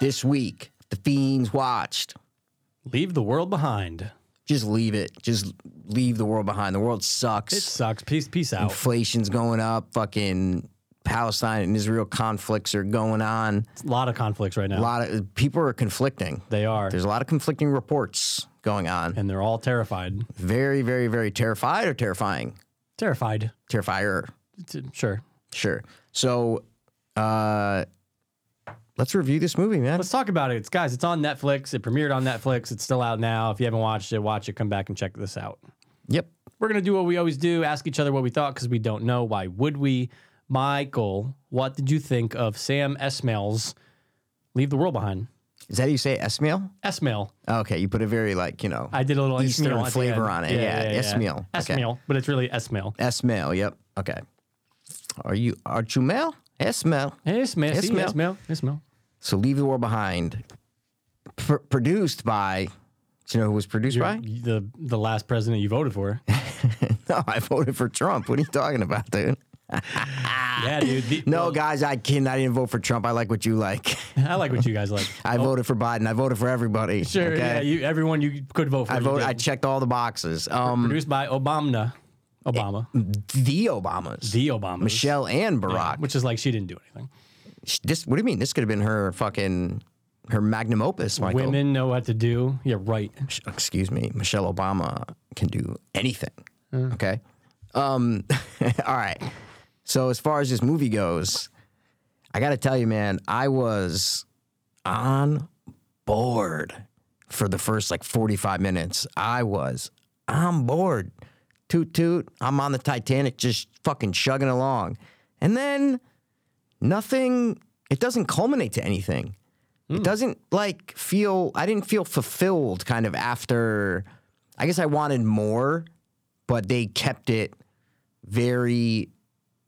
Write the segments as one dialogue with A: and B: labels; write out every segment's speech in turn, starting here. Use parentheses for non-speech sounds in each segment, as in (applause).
A: This week, the fiends watched.
B: Leave the world behind.
A: Just leave it. Just leave the world behind. The world sucks.
B: It sucks. Peace, peace out.
A: Inflation's going up. Fucking Palestine and Israel conflicts are going on.
B: It's a lot of conflicts right
A: A
B: now.
A: lot of people are conflicting.
B: They are,
A: There's a lot of conflicting reports going on.
B: and they're all terrified.
A: Very, very, very terrified or terrifying.
B: Terrified.
A: Terrifier.
B: T- Sure.
A: Sure. So, uh, let's review this movie, man.
B: Let's talk about it. It's guys. It's on Netflix. It premiered on Netflix. It's still out now. If you haven't watched it, watch it. Come back and check this out.
A: Yep.
B: We're gonna do what we always do: ask each other what we thought because we don't know. Why would we? Michael, what did you think of Sam Esmail's "Leave the World Behind"?
A: Is that how you say it? Esmail?
B: Esmail.
A: Okay. You put a very, like, you know,
B: I did a little
A: Eastern
B: Esmail at the
A: flavor
B: end.
A: on it. Yeah, Esmail. Okay.
B: Esmail, but it's really Esmail.
A: Esmail. Yep. Okay. Are you, are you male? Esmail.
B: Esmail. see,
A: Esmail.
B: Esmail. Esmail.
A: So, Leave the World Behind, pr- produced by, do you know who was produced by? (laughs)
B: The the last president you voted for.
A: No, I voted for Trump. What are you talking about, dude?
B: yeah, dude. The-
A: No, guys, I kidding. I didn't vote for Trump. I like what you like.
B: I like what you guys
A: (laughs)
B: like.
A: I voted for Biden. I voted for everybody.
B: Oh. Sure. Yeah.
A: okay?
B: You, everyone you could vote for.
A: I
B: you
A: vote.
B: did.
A: I checked all the boxes. Um,
B: Produced by Obama. Obama.
A: the Obamas,
B: the Obama.
A: Michelle and Barack.
B: Which is like she didn't do anything.
A: This. What do you mean? This could have been her fucking her magnum opus, Michael.
B: Women know what to do. Yeah, right.
A: Sh- Excuse me. Michelle Obama can do anything. Okay. Um. (laughs) all right. So as far as this movie goes, I got to tell you, man, I was on board for the first like 45 minutes. I was on board. Toot toot. I'm on the Titanic just fucking chugging along. And then nothing, it doesn't culminate to anything. It doesn't like feel, I didn't feel fulfilled kind of after, I guess I wanted more, but they kept it very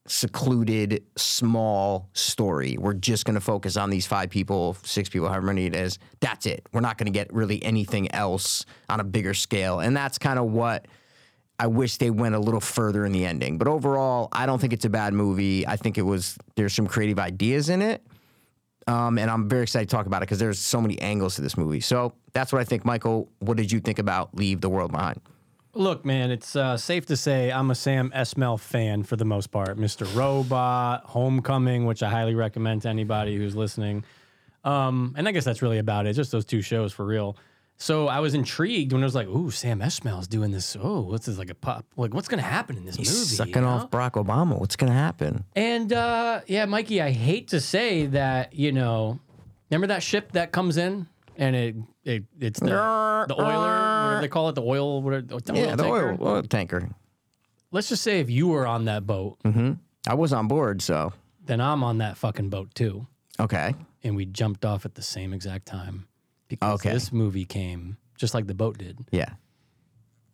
A: secluded, small story. We're just going to focus on these five people, six people, however many it is. That's it. We're not going to get really anything else on a bigger scale. And that's kind of what I wish they went a little further in the ending. But overall, I don't think it's a bad movie. I think it was, there's some creative ideas in it. Um, and I'm very excited to talk about it because there's so many angles to this movie. So that's what I think, Michael. What did you think about Leave the World Behind?
B: Look, man, it's uh, safe to say I'm a Sam Esmail fan for the most part. Mr. Robot, Homecoming, which I highly recommend to anybody who's listening. Um, and I guess that's really about it. Just those two shows for real. So I was intrigued when I was like, "Ooh, Sam Esmail's doing this. Oh, what's this like a pop? Like, what's gonna happen in this movie?"
A: Sucking
B: you know?
A: off Barack Obama. What's going to happen?
B: And uh, yeah, Mikey, I hate to say that, you know, remember that ship that comes in and it, it it's the, the oiler, whatever they call it, the oil, whatever, the
A: Yeah,
B: oil
A: the
B: tanker?
A: oil, oil tanker.
B: Let's just say if you were on that boat,
A: Mm-hmm. I was on board, so
B: then I'm on that fucking boat too.
A: okay.
B: And we jumped off at the same exact time because
A: Okay.
B: this movie came just like the boat did.
A: Yeah,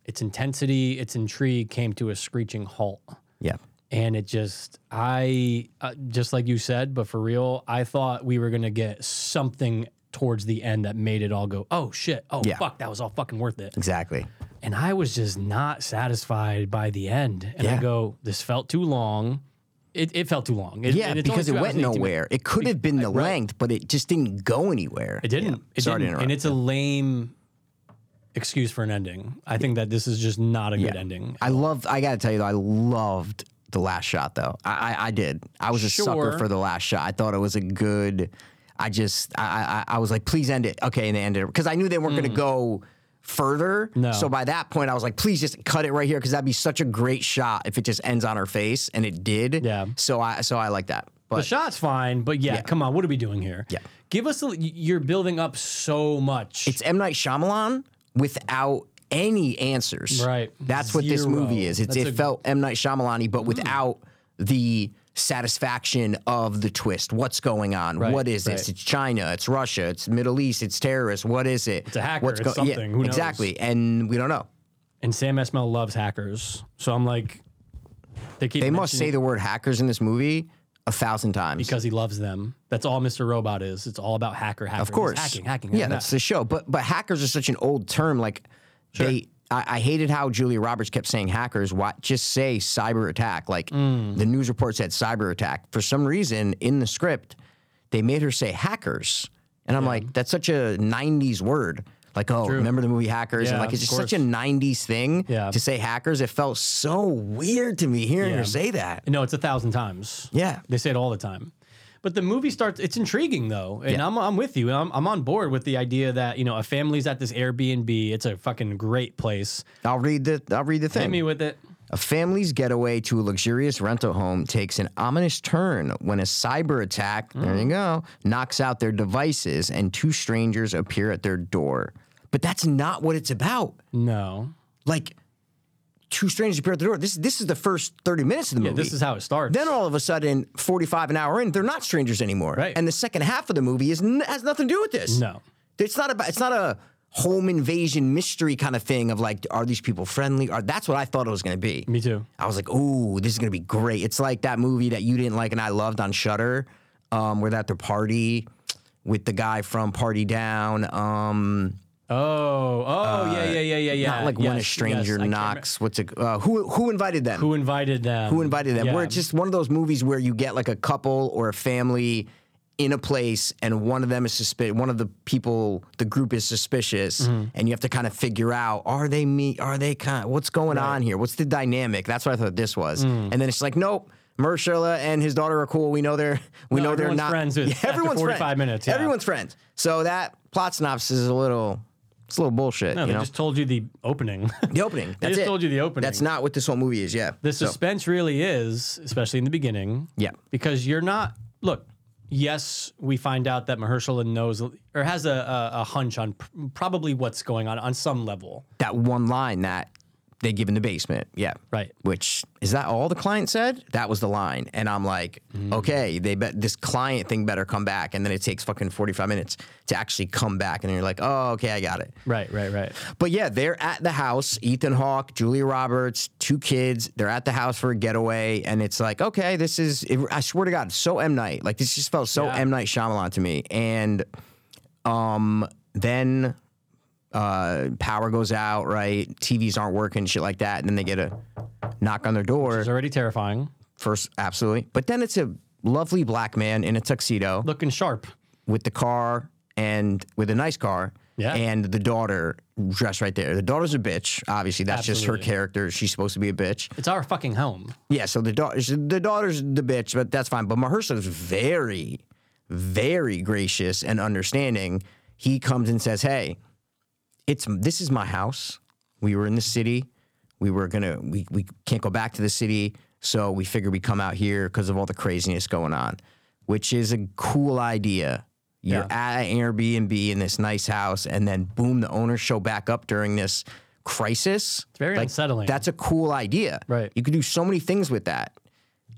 B: Its intensity, its intrigue came to a screeching halt.
A: yeah.
B: and it just i uh, just like you said but for real i thought we were going to get something towards the end that made it all go oh shit oh
A: Yeah.
B: fuck that was all fucking worth it
A: Exactly.
B: and i was just not satisfied by the end and
A: Yeah.
B: i go this felt too long it, it felt too long It-
A: Yeah,
B: and it's only
A: because it
B: two hours
A: went
B: and 18 minutes.
A: nowhere. It could have been the length, but it just didn't go anywhere.
B: it didn't it
A: Sorry to
B: didn't and
A: interrupt.
B: it's a lame excuse for an ending i think that this is just not a good ending
A: I love. I gotta tell you though, I loved the last shot though. I I, I did. I was a sucker
B: Sure.
A: for the last shot. I thought it was a good. I just I I, I was like, please end it. Okay, and they ended it because I knew they weren't gonna go further.
B: Mm. No.
A: So by that point, I was like, please just cut it right here because that'd be such a great shot if it just ends on her face, and it did.
B: Yeah.
A: So I so I like that.
B: The
A: But
B: shot's fine, but yeah, come on, what are we doing here? Yeah, give us. A, you're building up so much.
A: It's M Night Shyamalan without any answers.
B: Right.
A: That's what this
B: Zero.
A: movie is. It's,
B: That's
A: it
B: a-
A: felt M Night Shyamalan, but without the satisfaction of the twist. What's going on? what is this?
B: right.
A: It's China. It's Russia. It's Middle East. It's terrorists. What is it? It's
B: a hacker,
A: What's
B: it's
A: yeah,
B: something, who knows?
A: exactly. And we don't know.
B: and Sam Esmail loves hackers, so I'm like, they keep
A: They must say
B: mentioning
A: the word hackers in this movie a thousand times.
B: (laughs) because he loves them. That's all Mr. Robot is. It's all about hacker, hacker,
A: of course,
B: hacking, hacking.
A: Yeah, that's the show. But but hackers are such an old term. Like they, I, I hated how Julia Roberts kept saying hackers. Why just say cyber attack? Like
B: Hmm.
A: the news report said cyber attack. For some reason in the script, they made her say hackers, And I'm like, that's such a 90s word. Like, oh, remember the movie Hackers? and
B: Yeah,
A: like, it's
B: of
A: just such a 90s thing
B: Yeah.
A: to say hackers. It felt so weird to me hearing
B: Yeah.
A: her say that.
B: No, it's a thousand times.
A: Yeah.
B: They say it all the time. But the movie starts, it's intriguing though. And I'm, I'm with you. I'm, I'm on board with the idea that, you know, a family's at this Airbnb. It's a fucking great place. Um,
A: I'll read the I'll read the
B: Hit
A: thing.
B: me with it.
A: A family's getaway to a luxurious rental home takes an ominous turn when a cyber attack, there
B: Mm.
A: you go, knocks out their devices and two strangers appear at their door. But that's not what it's about.
B: No.
A: Like two strangers appear at the door. This this is the first 30 minutes of the
B: Yeah,
A: movie.
B: this is how it starts.
A: then all of a sudden, 45 an hour in, they're not strangers anymore.
B: Right.
A: And the second half of the movie is n- has nothing to do with this.
B: No.
A: It's not about it's not a home invasion mystery kind of thing of like, are these people friendly? Or that's what I thought it was gonna be.
B: Me too.
A: I was like, "Ooh, this is gonna be great." It's like that movie that you didn't like and I loved on Shutter, um, where they're at the party with the guy from Party Down. Um,
B: Oh, oh, yeah, yeah, yeah, yeah, yeah.
A: Uh, not like when a
B: Yes,
A: stranger
B: yes, I can't
A: knocks. What's it? Uh, who who invited them?
B: remember. Who invited them?
A: Who invited them?
B: Yeah.
A: Where it's just one of those movies where you get like a couple or a family in a place, and one of them is suspicious. One of the people, the group is suspicious,
B: Mm-hmm.
A: and you have to kind of figure out: Are they me? Are they kind? What's going on here? What's the dynamic? That's what I thought this was.
B: Mm.
A: And then it's like, nope. Mershela and his daughter are cool. We know they're we
B: No,
A: know they're
B: everyone's
A: not
B: friends
A: (laughs)
B: with- after 45 minutes, yeah.
A: Everyone's friends. So that plot synopsis is a little it's a little bullshit.
B: No,
A: you
B: they
A: know
B: just told you the opening. (laughs)
A: the opening. That's
B: just
A: it.
B: told you the opening.
A: That's not what this whole movie is. Yeah.
B: The
A: So-
B: suspense really is, especially in the beginning.
A: Yeah.
B: Because you're not, look, yes, we find out that Mahershala knows or has a, a, a hunch on pr- probably what's going on on some level.
A: that one line that they give in the basement. Yeah.
B: Right.
A: Which is that all the client said? That was the line. And I'm like, okay, they bet this client thing better come back. And then it takes fucking 45 minutes to actually come back. And then you're like, oh, okay, I got it.
B: Right, right, right.
A: But yeah, they're at the house. Ethan Hawke, Julia Roberts, two kids. They're at the house for a getaway, and it's like, okay, this is. It, I swear to God, so M Night. Like this just felt so
B: Yeah.
A: M Night Shyamalan to me. And um, then uh, power goes out. Right, TVs aren't working, shit like that. And then they get a knock on their door.
B: It's already terrifying.
A: First, absolutely. But then it's a lovely black man in a tuxedo
B: Looking sharp.
A: with the car and with a nice car.
B: Yeah.
A: And the daughter dressed right there. The daughter's a bitch. Obviously, that's just her
B: Absolutely.
A: character. She's supposed to be a bitch.
B: It's our fucking home.
A: Yeah. So the daughter, the daughter's the bitch, but that's fine. But Mahershala is very, very gracious and understanding. He comes and says, "Hey, it's this is my house. We were in the city. We were gonna. We we can't go back to the city. So we figured we come out here because of all the craziness going on, which is a cool idea. You're at an Airbnb in this nice house, and then boom, the owners show back up during this crisis. It's
B: very unsettling.
A: That's a cool idea.
B: Right.
A: You could do so many things with that.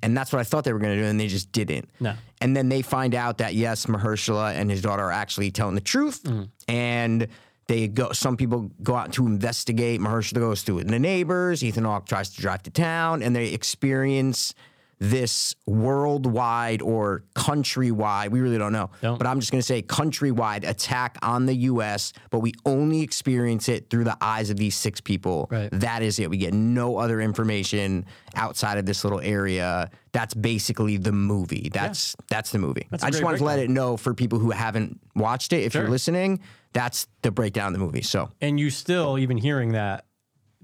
A: And that's what I thought they were going to do, and they just didn't.
B: No.
A: And then they find out that yes, Mahershala and his daughter are actually telling the truth,
B: Mm-hmm.
A: and they go. Some people go out to investigate. Mahershala goes to the neighbors. Ethan Hawke tries to drive to town, and they experience this worldwide or countrywide. We really don't know,
B: Don't.
A: but I'm just going to say countrywide attack on the U.S. But we only experience it through the eyes of these six people.
B: Right.
A: That is it. We get no other information outside of this little area. That's basically the movie. That's that's the movie.
B: a
A: I just
B: great
A: wanted to let it know for people who haven't watched it. If
B: Sure.
A: you're listening, that's the breakdown of the movie. So
B: And you still, even hearing that,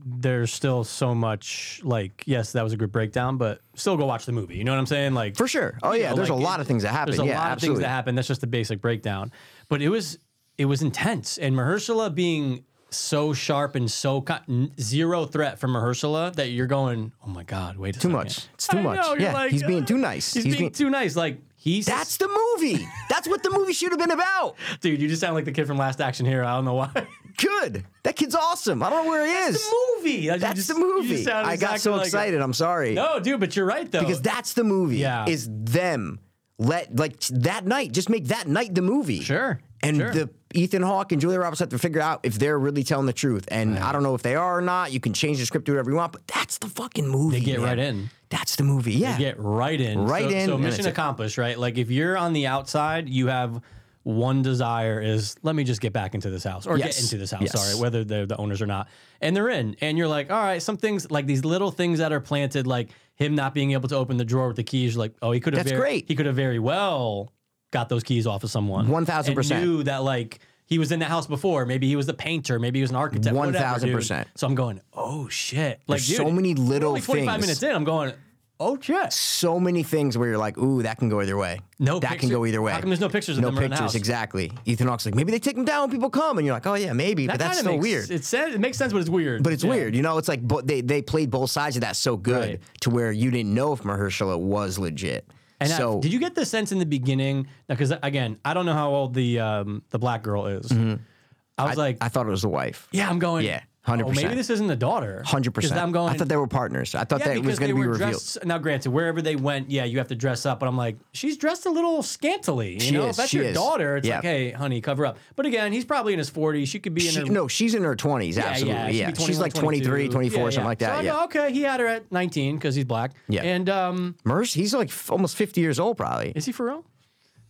B: there's still so much like, yes, that was a good breakdown, but still go watch the movie. You know what I'm saying? Like
A: for sure. Oh
B: you
A: yeah,
B: know,
A: there's
B: like,
A: a lot
B: it-
A: of things that happen.
B: There's a
A: yeah,
B: lot
A: absolutely.
B: of things that happen. That's just the basic breakdown. But it was it was intense, and Mahershala being so sharp and so con- n- zero threat from Mahershala that you're going, oh my god, wait a
A: too much. It's too much. yeah, he's being too nice.
B: He's, being, too nice. Like he's
A: That's the movie. That's what the movie should have been about.
B: dude. You just sound like the kid from Last Action Hero. I don't know why. (laughs)
A: Good. That kid's awesome. I don't know where he is.
B: the movie. That's
A: That's the movie. I got so excited. I'm sorry.
B: No, dude, but you're right though.
A: Because that's the movie.
B: Yeah.
A: Is them. Let like that night, just make that night the movie.
B: Sure,
A: And
B: sure.
A: the Ethan Hawke and Julia Roberts have to figure out if they're really telling the truth. And I don't know if they are or not. You can change the script, do whatever you want, but that's the fucking movie.
B: They get
A: man.
B: right in.
A: That's the movie. Yeah.
B: get right in.
A: Right
B: so,
A: in,
B: So
A: and
B: mission
A: it's-
B: accomplished, right? Like if you're on the outside, you have one desire is let me just get back into this house or
A: Yes.
B: get into this house.
A: Yes.
B: Sorry, whether they're the owners or not, and they're in, and you're like, all right, some things like these little things that are planted, like him not being able to open the drawer with the keys. You're like, oh, he could have.
A: That's
B: very,
A: great.
B: He could have very well got those keys off of someone.
A: 1000%.
B: And Knew that like he was in the house before. Maybe he was the painter. Maybe he was an architect. whatever, dude.
A: 1000%.
B: So I'm going, oh shit. Like
A: There's
B: dude,
A: so many little
B: only 25
A: things.
B: minutes in, I'm going, oh shit.
A: so many things where you're like, ooh, that can go either way.
B: No
A: that can
B: picture-
A: go either way.
B: how come there's no pictures of
A: No
B: them around the
A: pictures,
B: house?
A: exactly. Ethan Hawke's like, maybe they take them down when people come, and you're like, oh yeah, maybe, but that's
B: kinda
A: so
B: makes-
A: weird.
B: It says it makes sense, but it's weird.
A: but it's weird, you know. It's like bo- they they played both sides of that so good
B: Right.
A: to where you didn't know if Mahershala was legit.
B: And I-
A: so
B: did you get the sense in the beginning? Because again, I don't know how old the um, the black girl is. I was like,
A: Mm-hmm. I thought it was the wife.
B: yeah, I'm going.
A: Yeah,
B: Oh,
A: 100%.
B: maybe this isn't the daughter.
A: 100.
B: 'Cause
A: percent
B: I'm going.
A: I thought they were partners. I thought that
B: yeah,
A: was
B: because
A: going
B: they
A: to be
B: were
A: revealed.
B: dressed. Now, granted, wherever they went, yeah, you have to dress up. But I'm like, she's dressed a little scantily. You
A: She
B: know,
A: is,
B: if that's
A: she
B: your
A: is.
B: daughter, it's
A: Yeah.
B: like, hey, honey, cover up. But again, he's probably in his 40s. She could be in
A: She-
B: her.
A: no, she's in her 20s. absolutely.
B: Yeah,
A: Yeah,
B: yeah. she'd be
A: she's
B: 21,
A: like 23,
B: 22.
A: 24,
B: Yeah, yeah.
A: something like that.
B: So I
A: yeah.
B: know, okay, he had her at 19 because he's black.
A: Yeah.
B: And um,
A: Merce, he's like f- almost 50 years old, probably.
B: Is he for real?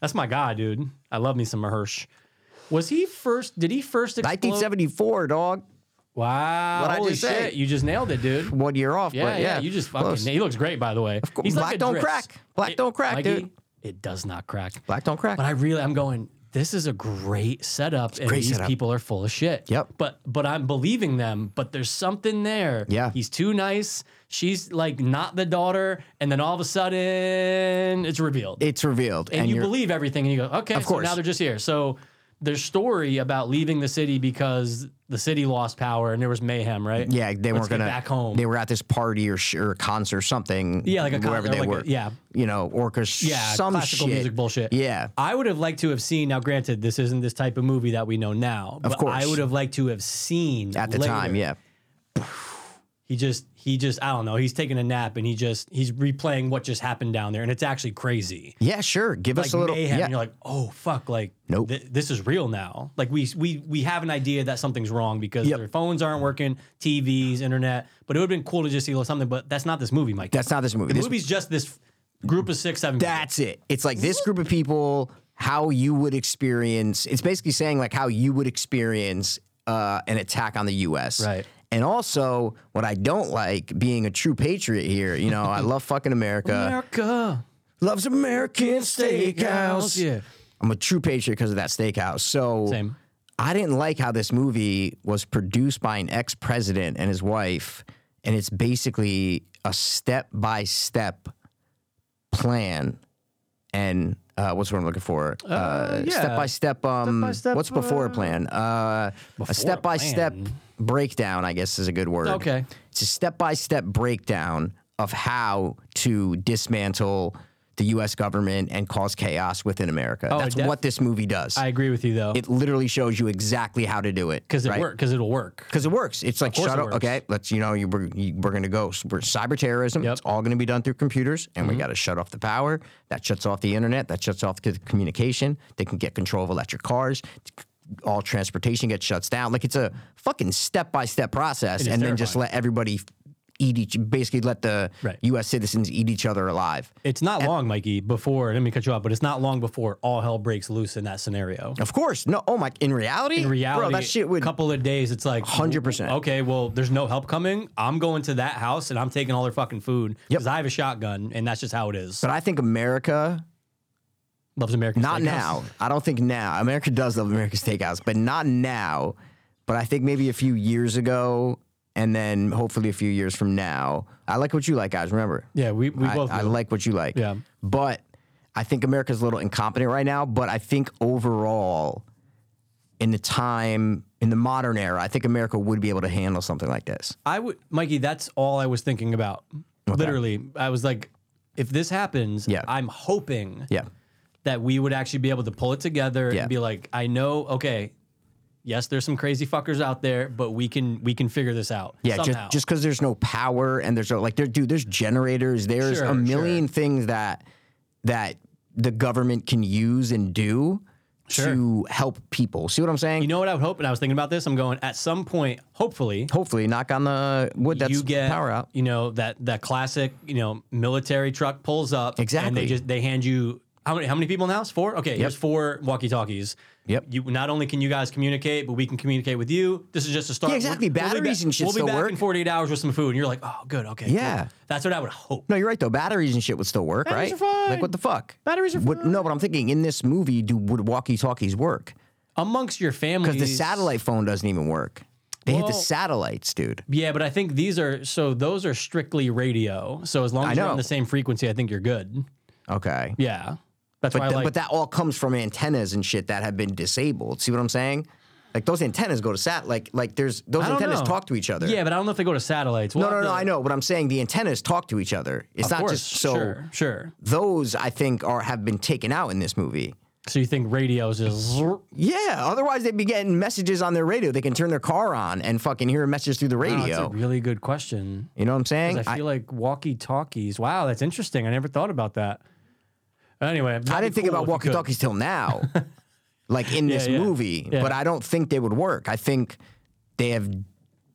B: That's my guy, dude. I love me some Mahersh. Was he first? Did he first explode?
A: 1974, dog.
B: Wow!
A: What'd I
B: holy
A: just
B: shit!
A: say?
B: You just nailed it, dude.
A: One year off, (laughs)
B: Yeah,
A: but
B: yeah,
A: yeah.
B: You just
A: close.
B: fucking. He looks great, by the way.
A: course,
B: He's
A: black
B: like a
A: don't
B: Dritz.
A: crack. Black don't crack,
B: Mikey,
A: dude.
B: It does not crack.
A: Black don't crack.
B: But I really, I'm going. This is a great setup, and
A: great
B: these
A: setup.
B: people are full of shit.
A: Yep.
B: But but I'm believing them. But there's something there.
A: Yeah.
B: He's too nice. She's like not the daughter, and then all of a sudden it's revealed
A: it's revealed.
B: and,
A: And,
B: you
A: you're,
B: believe everything and you go, okay, so
A: course.
B: now they're just here. So their story about leaving the city because the city lost power and there was mayhem, right?
A: yeah, they weren't
B: Let's get
A: going to.
B: back home.
A: They were at this party or, sh- or concert or something.
B: Yeah, like a con-
A: Wherever
B: or
A: they
B: like a-
A: were.
B: yeah.
A: You know, orchestra.
B: yeah,
A: some
B: classical
A: shit.
B: music bullshit.
A: Yeah.
B: I would have liked to have seen. Now, granted, this isn't this type of movie that we know now. Of but
A: course.
B: I would have liked to have seen
A: At the
B: later.
A: time, yeah.
B: He just, he just, I don't know. He's taking a nap and he just, he's replaying what just happened down there, and it's actually crazy.
A: Yeah, sure. Give
B: like
A: us a little.
B: mayhem.
A: Yeah.
B: And you're like, oh fuck, like
A: Nope.
B: thi- this is real now. Like we we we have an idea that something's wrong because
A: Yep.
B: their phones aren't working, TVs, internet. But it would have been cool to just see a little something. But that's not this movie, Mike.
A: That's not this movie.
B: the
A: This
B: movie's just this group of six, seven. people.
A: That's it. It's like this group of people, how you would experience. It's basically saying like how you would experience uh, an attack on the U.S.
B: Right.
A: And also, what I don't like being a true patriot here, you know,
B: (laughs)
A: I love fucking America.
B: America
A: Loves American
B: Steakhouse.
A: steakhouse.
B: Yeah,
A: I'm a true patriot because of that steakhouse. So
B: Same.
A: I didn't like how this movie was produced by an ex president and his wife, and it's basically a step by step plan and uh, what's what I'm looking for? Uh,
B: yeah.
A: Step by step. Um,
B: Step-by-step,
A: what's before
B: uh,
A: plan? Uh, a step by step
B: plan.
A: breakdown, I guess, is a good word.
B: Okay.
A: It's a step by step breakdown of how to dismantle the U.S. government and cause chaos within America. That's
B: Oh, def-
A: what this movie does.
B: I agree with you though,
A: it literally shows you exactly how to do it
B: because it
A: right?
B: work, because it'll work.
A: Because it works. It's like
B: course
A: shut
B: it
A: up.
B: works.
A: Okay, let's you know you we're, you, we're going to go. s- We're cyber terrorism.
B: Yep. Mm-hmm.
A: It's all going to be done through computers, and we got to shut off the power. That shuts off the internet. That shuts off the communication. They can get control of electric cars. All transportation gets shuts down. Like it's a fucking step by step process, and then just let everybody eat each. Basically, let the
B: Right.
A: U.S. citizens eat each other alive.
B: It's not long, Mikey. Before let me cut you off, but it's not long before all hell breaks loose in that scenario.
A: Of course, no. Oh my! In reality,
B: in reality,
A: bro, that shit would.
B: couple of days. It's like
A: 100%.
B: Okay, well, there's no help coming. I'm going to that house and I'm taking all their fucking food because I have a shotgun and that's just how it is.
A: but I think America
B: Loves American.
A: Not
B: Steakhouse.
A: now. I don't think now. America does love America's Steakhouse, but not now. But I think maybe a few years ago, and then hopefully a few years from now. I like what you like, guys. Remember,
B: Yeah, we, we
A: I,
B: both.
A: I
B: do.
A: like what you like.
B: Yeah.
A: But I think America's a little incompetent right now. But I think overall, in the time in the modern era, I think America would be able to handle something like this.
B: I would, Mikey. That's all I was thinking about. Literally, I was like, if this happens,
A: Yeah.
B: I'm hoping
A: Yeah.
B: that we would actually be able to pull it together
A: Yeah.
B: and be like, I know, okay. Yes, there's some crazy fuckers out there, but we can we can figure this out.
A: Yeah,
B: somehow.
A: just just because there's no power and there's no, like there, dude, there's generators, there's
B: Sure,
A: a million things that that the government can use and do to help people. See what I'm saying?
B: you know what I would hope, and I was thinking about this. I'm going at some point, hopefully,
A: Hopefully, knock on the wood. That's
B: you get
A: power out.
B: You know that that classic you know military truck pulls up. and
A: Exactly.
B: they just they hand you how many how many people in the house? Four. Okay, here's four walkie talkies.
A: Yep.
B: You not only can you guys communicate, but we can communicate with you. This is just a start.
A: Yeah, exactly.
B: We'll- we'll be
A: Batteries
B: back-
A: and shit
B: We'll be
A: still
B: back
A: work.
B: in 48 hours with some food, and you're like, oh, good, okay.
A: Yeah.
B: cool. That's what I would hope.
A: No, you're right though. Batteries and shit would still work,
B: Batteries
A: right?
B: are fine.
A: Like what the fuck?
B: Batteries are
A: Would- No, but I'm thinking in this movie, do would walkie talkies work?
B: Amongst your family,
A: Because the satellite phone doesn't even work. They hit the
B: Well-
A: satellites, dude.
B: Yeah, but I think these are so those are strictly radio. So as long as you're
A: know.
B: on the same frequency, I think you're good.
A: Okay.
B: Yeah, that's why
A: Th-
B: I like.
A: but that all comes from antennas and shit that have been disabled. See what I'm saying? Like those antennas go to sat. Like like there's those
B: I don't
A: antennas
B: know.
A: talk to each other.
B: yeah, but I don't know if they go to satellites. We'll
A: No, no,
B: have
A: no.
B: to-
A: I know, but I'm saying the antennas talk to each other. It's
B: Of
A: not
B: course,
A: just so
B: sure, sure.
A: those I think are have been taken out in this movie.
B: So you think radio is Oh, just
A: Yeah, otherwise they'd be getting messages on their radio. They can turn their car on and fucking hear a message through the
B: Wow,
A: radio.
B: that's a really good question.
A: you know what I'm saying?
B: I feel like walkie talkies. Wow, that's interesting. I never thought about that. Anyway,
A: I didn't think about walkie talkies till
B: (laughs)
A: now, like in this
B: yeah.
A: movie,
B: Yeah.
A: but I don't think they would work. I think they have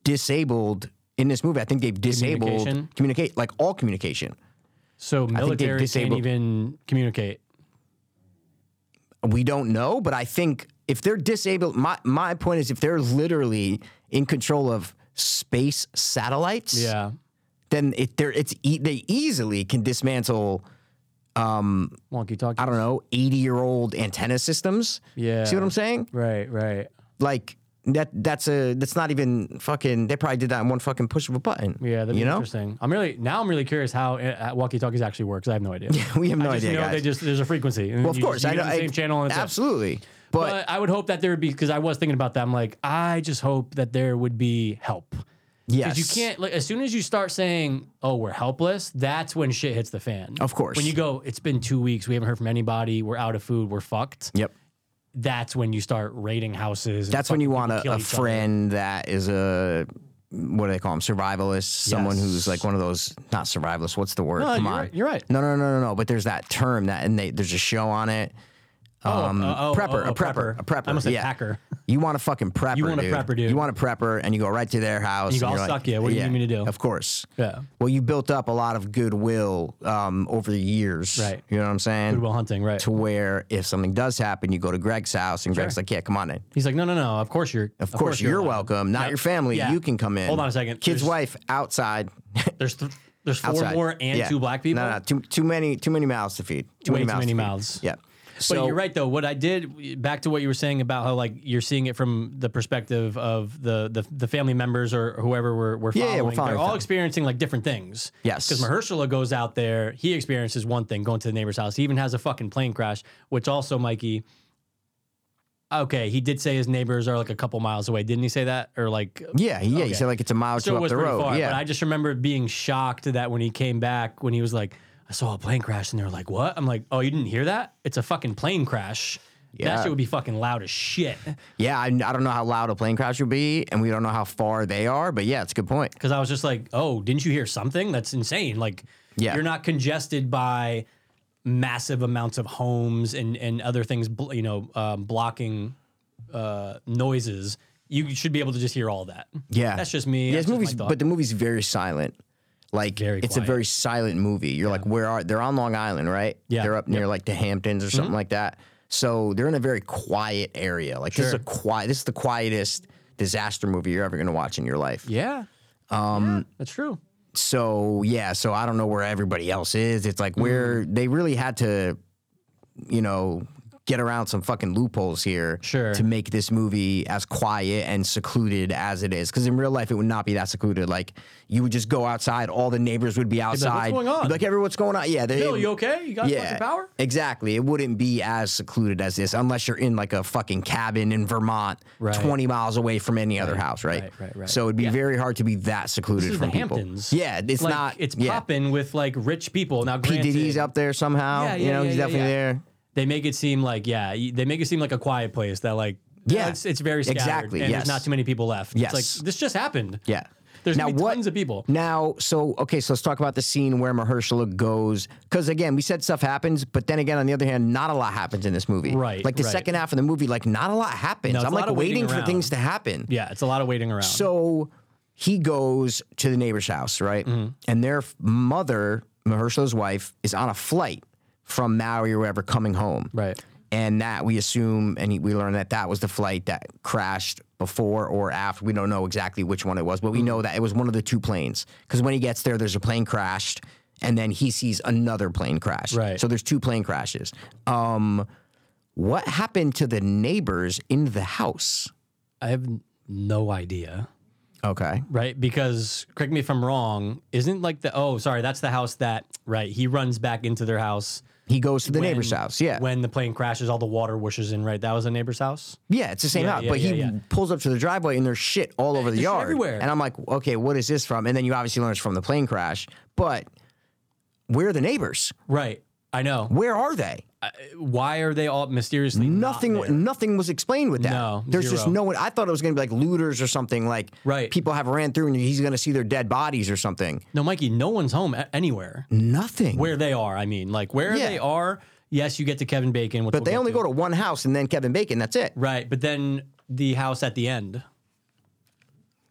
A: disabled in this movie. I think they've
B: Communication?
A: disabled communicate like all communication.
B: So military can't
A: disabled-
B: even communicate.
A: We don't know, but I think if they're disabled, my my point is if they're literally in control of space satellites,
B: Yeah,
A: then it they're it's e- they easily can dismantle
B: walkie talkie.
A: I don't know eighty year old antenna systems.
B: Yeah.
A: see what I'm saying?
B: Right, right.
A: like that that's a that's not even fucking they probably did that in one fucking push of a button
B: Yeah, that'd be
A: you know
B: interesting. I'm really now. I'm really curious how uh, walkie talkies actually works. I have no idea.
A: (laughs) we have (laughs) no
B: I just
A: idea
B: know
A: guys
B: they just there's a frequency. And
A: well of course
B: I
A: i know
B: the same channel. And that's it.
A: absolutely
B: But,
A: but,
B: I would hope that there would be because I was thinking about that. I'm like, I just hope that there would be help.
A: yes
B: Because you can't like as soon as you start saying, "Oh, we're helpless," that's when shit hits the fan.
A: Of course.
B: When you go, it's been two weeks. We haven't heard from anybody. We're out of food. We're fucked.
A: yep
B: That's when you start raiding houses. and
A: that's when
B: fucking
A: you want
B: people
A: a,
B: kill
A: a
B: each other.
A: friend that is a what do they call him survivalist someone who's like one of those not survivalist what's the word
B: No,
A: come
B: you're
A: on
B: right, you're right.
A: no no no no no but there's that term that and they, there's a show on it um,
B: Uh, oh,
A: prepper,
B: oh,
A: a prepper, a prepper.
B: I almost said
A: yeah.
B: hacker.
A: You want a fucking prepper.
B: want a prepper, dude.
A: You want a prepper, and you go right to their house.
B: You go,
A: and you're
B: "I'll suck ya. What do you need me to do?"
A: Of course.
B: Yeah.
A: Well, you built up a lot of goodwill um, over the years.
B: Right.
A: You know what I'm saying?
B: Goodwill Hunting, right?
A: To where if something does happen, you go to Greg's house, and Greg's like, "Yeah, come on in."
B: He's like, no, no, no. Of course you're.
A: Of, course, you're,
B: allowed."
A: welcome. Not your family.
B: Yeah.
A: You can come in.
B: Hold on a second.
A: Kid's
B: There's-
A: wife outside. (laughs)
B: There's th- there's four
A: outside.
B: more and
A: Yeah.
B: two black people.
A: No, no, too too many too many mouths to feed. Too
B: Way
A: many
B: too
A: mouths
B: many
A: to feed.
B: mouths.
A: Yeah.
B: But
A: So
B: you're right though. What I did back to what you were saying about how like you're seeing it from the perspective of the the, the family members or whoever we're we're
A: Yeah,
B: following.
A: yeah, we're following
B: They're all
A: them.
B: experiencing like different things.
A: Yes.
B: Because Mahershala goes out there, he experiences one thing going to the neighbor's house. He even has a fucking plane crash, which also Mikey. Okay, he did say his neighbors are like a couple miles away. Didn't he say that? Or like
A: yeah, yeah.
B: Okay.
A: You said like it's a mile or
B: So
A: two
B: it
A: up
B: was
A: the
B: pretty
A: road.
B: far,
A: yeah.
B: but I just remember being shocked that when he came back, when he was like, I saw a plane crash, and they were like, What? I'm like, Oh, you didn't hear that? It's a fucking plane crash. That
A: Yeah.
B: shit would be fucking loud
A: (laughs)
B: as shit.
A: Yeah, I, I don't know how loud a plane crash would be, and we don't know how far they are, but yeah, it's a good point.
B: Cause I was just like, Oh, didn't you hear something? That's insane. Like,
A: Yeah.
B: you're not congested by massive amounts of homes and, and other things, bl- you know, um, blocking uh, noises. You should be able to just hear all that.
A: Yeah,
B: That's just me.
A: Yeah, this
B: That's just my
A: movie's,
B: thought.
A: but the movie's very silent. Like
B: Very
A: it's
B: quiet.
A: a very silent movie. You're like, where are they're on Long Island, right?
B: Yeah. Mm-hmm.
A: they're up near like the Hamptons or something like that. So they're in a very quiet area. Like this is a quiet. This is the quietest disaster movie you're ever going to watch in your life.
B: yeah. Um, that's true.
A: so yeah, so I don't know where everybody else is. It's
B: Mm-hmm.
A: like where they really had to, you know, get around some fucking loopholes here
B: Sure.
A: to make this movie as quiet and secluded as it is. Because in real life, it would not be that secluded. Like you would just go outside, all the neighbors would be
B: like, "What's
A: outside.
B: going on?"
A: You'd be Like everyone, what's going on? Yeah, they.
B: Bill, you okay? You got
A: yeah,
B: fucking power?
A: exactly. It wouldn't be as secluded as this unless you're in like a fucking cabin in Vermont,
B: Right.
A: 20 miles away from any other house, right?
B: right, right, right.
A: So it'd be very hard to be that secluded
B: This is
A: from
B: the
A: people.
B: Hamptons.
A: Yeah, it's
B: like,
A: not.
B: It's
A: yeah.
B: popping with like rich people now.
A: P
B: Granted,
A: Diddy's up there somehow.
B: Yeah,
A: you
B: yeah,
A: know,
B: yeah,
A: he's
B: yeah,
A: definitely
B: yeah.
A: there.
B: They make it seem like yeah. y- They make it seem like a quiet place that like
A: Yeah.
B: you know, it's, it's very scattered
A: Exactly,
B: and
A: yes.
B: there's not too many people left. It's
A: Yes.
B: like this just happened.
A: Yeah.
B: There's
A: now
B: gonna be
A: what?
B: tons of people.
A: Now, so okay, so let's talk about the scene where Mahershala goes. Because again, we said stuff happens, but then again, on the other hand, not a lot happens in this movie.
B: Right,
A: Like the
B: right.
A: second half of the movie, like not a lot happens.
B: No, it's
A: I'm
B: a
A: like
B: lot of waiting
A: waiting for
B: around.
A: things to happen.
B: Yeah, it's a lot of waiting around.
A: So he goes to
B: Mm-hmm.
A: the neighbor's house, right? And their f- mother, Mahershala's wife, is on a flight. from Maui or wherever coming home.
B: Right.
A: And that we assume, and he- we learn that that was the flight that crashed before or after. We don't know exactly which one it was, but
B: Mm-hmm.
A: we know that it was one of the two planes. Because when he gets there, there's a plane crashed, and then he sees another plane crash.
B: Right.
A: So there's two plane crashes. Um, what happened to the neighbors in the house?
B: I have no idea.
A: Okay.
B: Right? Because correct me if I'm wrong, isn't like the oh, sorry, that's the house that right, he runs back into their house
A: He goes to the
B: when-
A: neighbor's house. Yeah.
B: When the plane crashes, all the water whooshes in, right? That was a neighbor's house.
A: Yeah, it's the same
B: Yeah,
A: house.
B: yeah,
A: but he
B: yeah, yeah.
A: pulls up to the driveway and there's shit all over the
B: There's shit
A: yard.
B: everywhere.
A: And I'm like, okay, what is this from? And then you obviously learn it's from the plane crash. But where are the neighbors?
B: Right. I know.
A: Where are they?
B: Why are they all mysteriously not
A: Nothing.
B: there?
A: nothing was explained with that.
B: No,
A: There's just
B: zero.
A: no one. I thought it was going to be like looters or something. Like
B: Right.
A: people have ran through and he's going to see their dead bodies or something.
B: No, Mikey, no one's home a- anywhere.
A: Nothing.
B: Where they are, I mean, like where
A: Mm-hmm. Yeah.
B: they are. Yes, you get to Kevin Bacon, which
A: but they only go to one house and then Kevin Bacon. That's it.
B: right, but then the house at the end.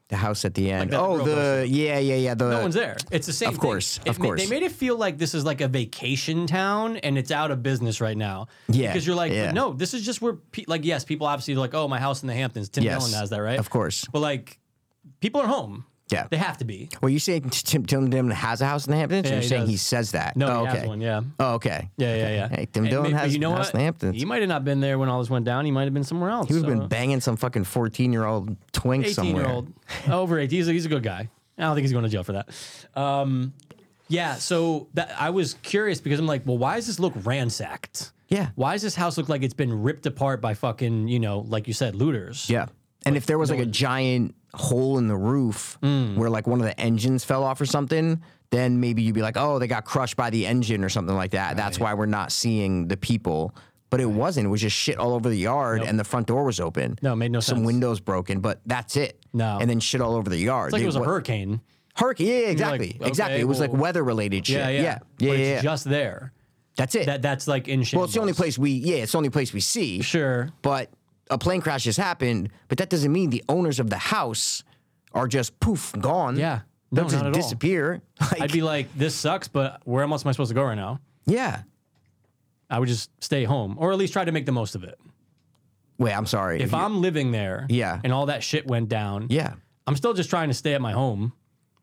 A: The house at the end.
B: that
A: oh,
B: girl
A: the
B: goes
A: yeah, yeah, yeah. The
B: No one's there. It's the same.
A: Uh, of
B: thing.
A: course,
B: It
A: of
B: ma-
A: course.
B: they made it feel like this is like a vacation town, and it's out of business right now.
A: Yeah,
B: because you're like,
A: yeah.
B: no, this is just where, pe- like, yes, people obviously are like, oh, my house in the Hamptons. Tim
A: Yes,
B: Dillon has that, right?
A: of course.
B: But like, people are home.
A: Yeah.
B: they have to be.
A: Well, you saying (laughs) Tim Tim Dillon has a house in the Hamptons?
B: Yeah,
A: You're
B: he
A: saying
B: does.
A: he says that.
B: No,
A: oh,
B: he
A: okay.
B: has one. Yeah.
A: Oh, okay.
B: Yeah, yeah, yeah.
A: Hey, Tim
B: And
A: Dillon
B: may-
A: has-
B: you know
A: has
B: what?
A: the Hamptons.
B: He might have not been there when all this went down. He might have been somewhere else.
A: He would have been banging some fucking 14 year old twink somewhere.
B: eighteen-year-old, (laughs) over eighteen. He's a, he's a good guy. I don't think he's going to jail for that. Um, yeah. So that I was curious because I'm like, well, why does this look ransacked?
A: Yeah.
B: Why does this house look like it's been ripped apart by fucking you know, like you said, looters?
A: Yeah. And if there was like a giant hole in the roof
B: Mm.
A: where like one of the engines fell off or something, then maybe you'd be like, oh, they got crushed by the engine or something like that. That's why we're not seeing the people. But it wasn't. It was just shit all over the yard and the front door was open.
B: No, it made no
A: Some
B: sense.
A: windows broken, but that's it.
B: No.
A: And then shit all over the yard.
B: It's like
A: They-
B: it was a
A: what-
B: hurricane.
A: Hurricane. Yeah, yeah, exactly.
B: okay,
A: exactly. It was like
B: well-
A: weather related shit.
B: Yeah, yeah,
A: yeah.
B: But
A: yeah,
B: it's
A: yeah.
B: just there.
A: That's it.
B: That that's like in.
A: well, it's the only place we yeah, it's the only place we see.
B: Sure.
A: But a plane crash has happened, but that doesn't mean the owners of the house are just poof gone.
B: Yeah.
A: They'll
B: No,
A: just
B: not at all.
A: disappear. Like,
B: I'd be like, this sucks, but where else am I supposed to go right now?
A: yeah.
B: I would just stay home, or at least try to make the most of it.
A: Wait, I'm sorry.
B: if I'm living there,
A: Yeah.
B: and all that shit went down,
A: yeah.
B: I'm still just trying to stay at my home.